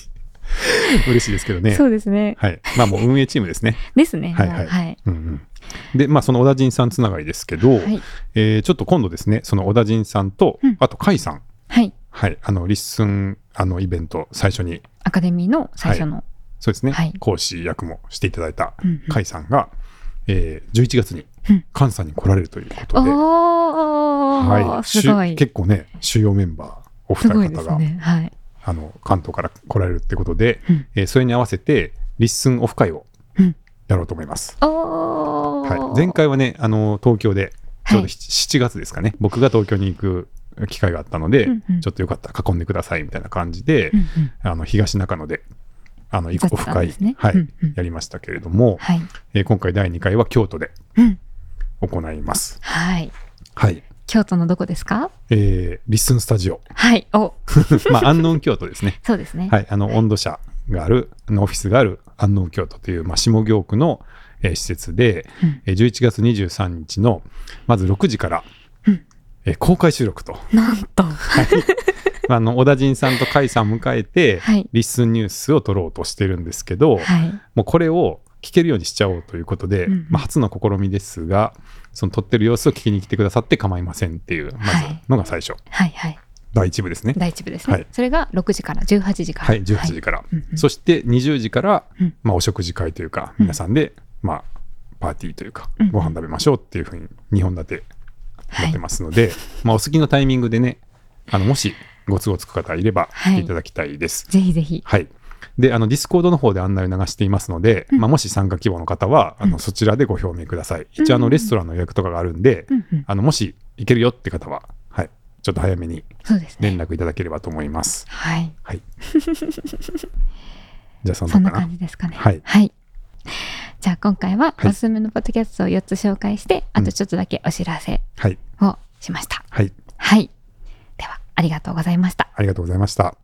S2: 嬉しいですけどね
S1: そうですね
S2: はいまあもう運営チームですね、
S1: ですね
S2: はい
S1: もう
S2: はい
S1: はい
S2: うんうん、でまあその小田陣さんつながりですけど、
S1: はい
S2: えーちょっと今度ですねその小田陣さんと、
S1: うん
S2: あと甲斐さん
S1: はい
S2: はいあのリッスンあのイベント最初に
S1: アカデミーの最初の、
S2: そうですね、
S1: はい
S2: 講師役もしていただいた
S1: うんうん
S2: 甲斐さんが、えー、11月に
S1: うん
S2: 関西に来られるということで、
S1: おー、
S2: はい、
S1: すご
S2: 主
S1: い。
S2: 結構ね主要メンバーお
S1: す
S2: 二
S1: ごい
S2: 人
S1: で
S2: 方
S1: す
S2: が、
S1: ね。はい。
S2: あの関東から来られるってことで、
S1: うん
S2: えーそれに合わせてリッスンオフ会を
S1: うん
S2: やろうと思います。
S1: おー。
S2: はい、前回はねあの東京でちょう
S1: は
S2: ど
S1: い
S2: 7月ですかね、僕が東京に行く機会があったので、
S1: うんうん
S2: ちょっとよかったら囲んでくださいみたいな感じで、
S1: うんうん
S2: あの東中野であの
S1: 雑
S2: オフ
S1: 談
S2: 会、
S1: ですね
S2: はい
S1: うんうん
S2: やりましたけれども、
S1: はい。
S2: えー今回第2回は京都で
S1: うん
S2: 行います。
S1: はい。
S2: はい。
S1: 京都のどこですか
S2: えー、リッスンスタジオ。
S1: はい。お、
S2: まあ、安納京都ですね。
S1: そうですね。
S2: はい。あの、温度社がある、あのオフィスがある安納京都という、まあ、下京区の、えー施設で、
S1: うん
S2: えー11月23日の、まず6時から、
S1: うん
S2: えー公開収録と。
S1: なんと。
S2: あの、小田陣さんと甲斐さんを迎えて、
S1: はい。
S2: リッスンニュースを撮ろうとしてるんですけど、
S1: はい。
S2: もうこれを聞けるようにしちゃおうということで、
S1: うんうん
S2: まあ、初の試みですがその撮ってる様子を聞きに来てくださって構いませんっていうまず
S1: はい
S2: のが最初、
S1: はい。はい。
S2: 第一部ですね
S1: 第一部です
S2: は
S1: ね
S2: い。
S1: それが6時から18時から。
S2: はい18時から、
S1: うんうん
S2: そして20時から、
S1: うん
S2: まあ、お食事会というか
S1: うん
S2: 皆さんで、まあ、パーティーというか、
S1: うん
S2: ご飯食べましょうっていうふうに2本立てに
S1: は
S2: なっ
S1: い
S2: て。ますので、まあ、お好きなタイミングでねあのもしご都合つく方いれば
S1: はい
S2: 来ていただきたいです。
S1: ぜひぜひ。
S2: はい。で、あの、ディスコードの方で案内を流していますので、
S1: うん
S2: まあ、もし参加希望の方は、あ
S1: う
S2: の、
S1: ん
S2: そちらでご表明ください。一応、あ
S1: う
S2: の、
S1: ん
S2: レストランの予約とかがあるんで、
S1: うんうん
S2: あの、もし行けるよって方は、はい、ちょっと早めに
S1: そうです
S2: 連
S1: ね。
S2: 絡いただければと思います。
S1: はい。
S2: はい。じゃあそん
S1: そんな
S2: なかな
S1: 感。じですかね。
S2: はい
S1: じゃあ今回は
S2: はい
S1: おすすめのポッドキャストを4つ紹介して、
S2: う
S1: あ
S2: ん
S1: とちょっとだけお知らせ
S2: はい。
S1: をしました。
S2: はい。
S1: はい。では、ありがとうございました。
S2: ありがとうございました。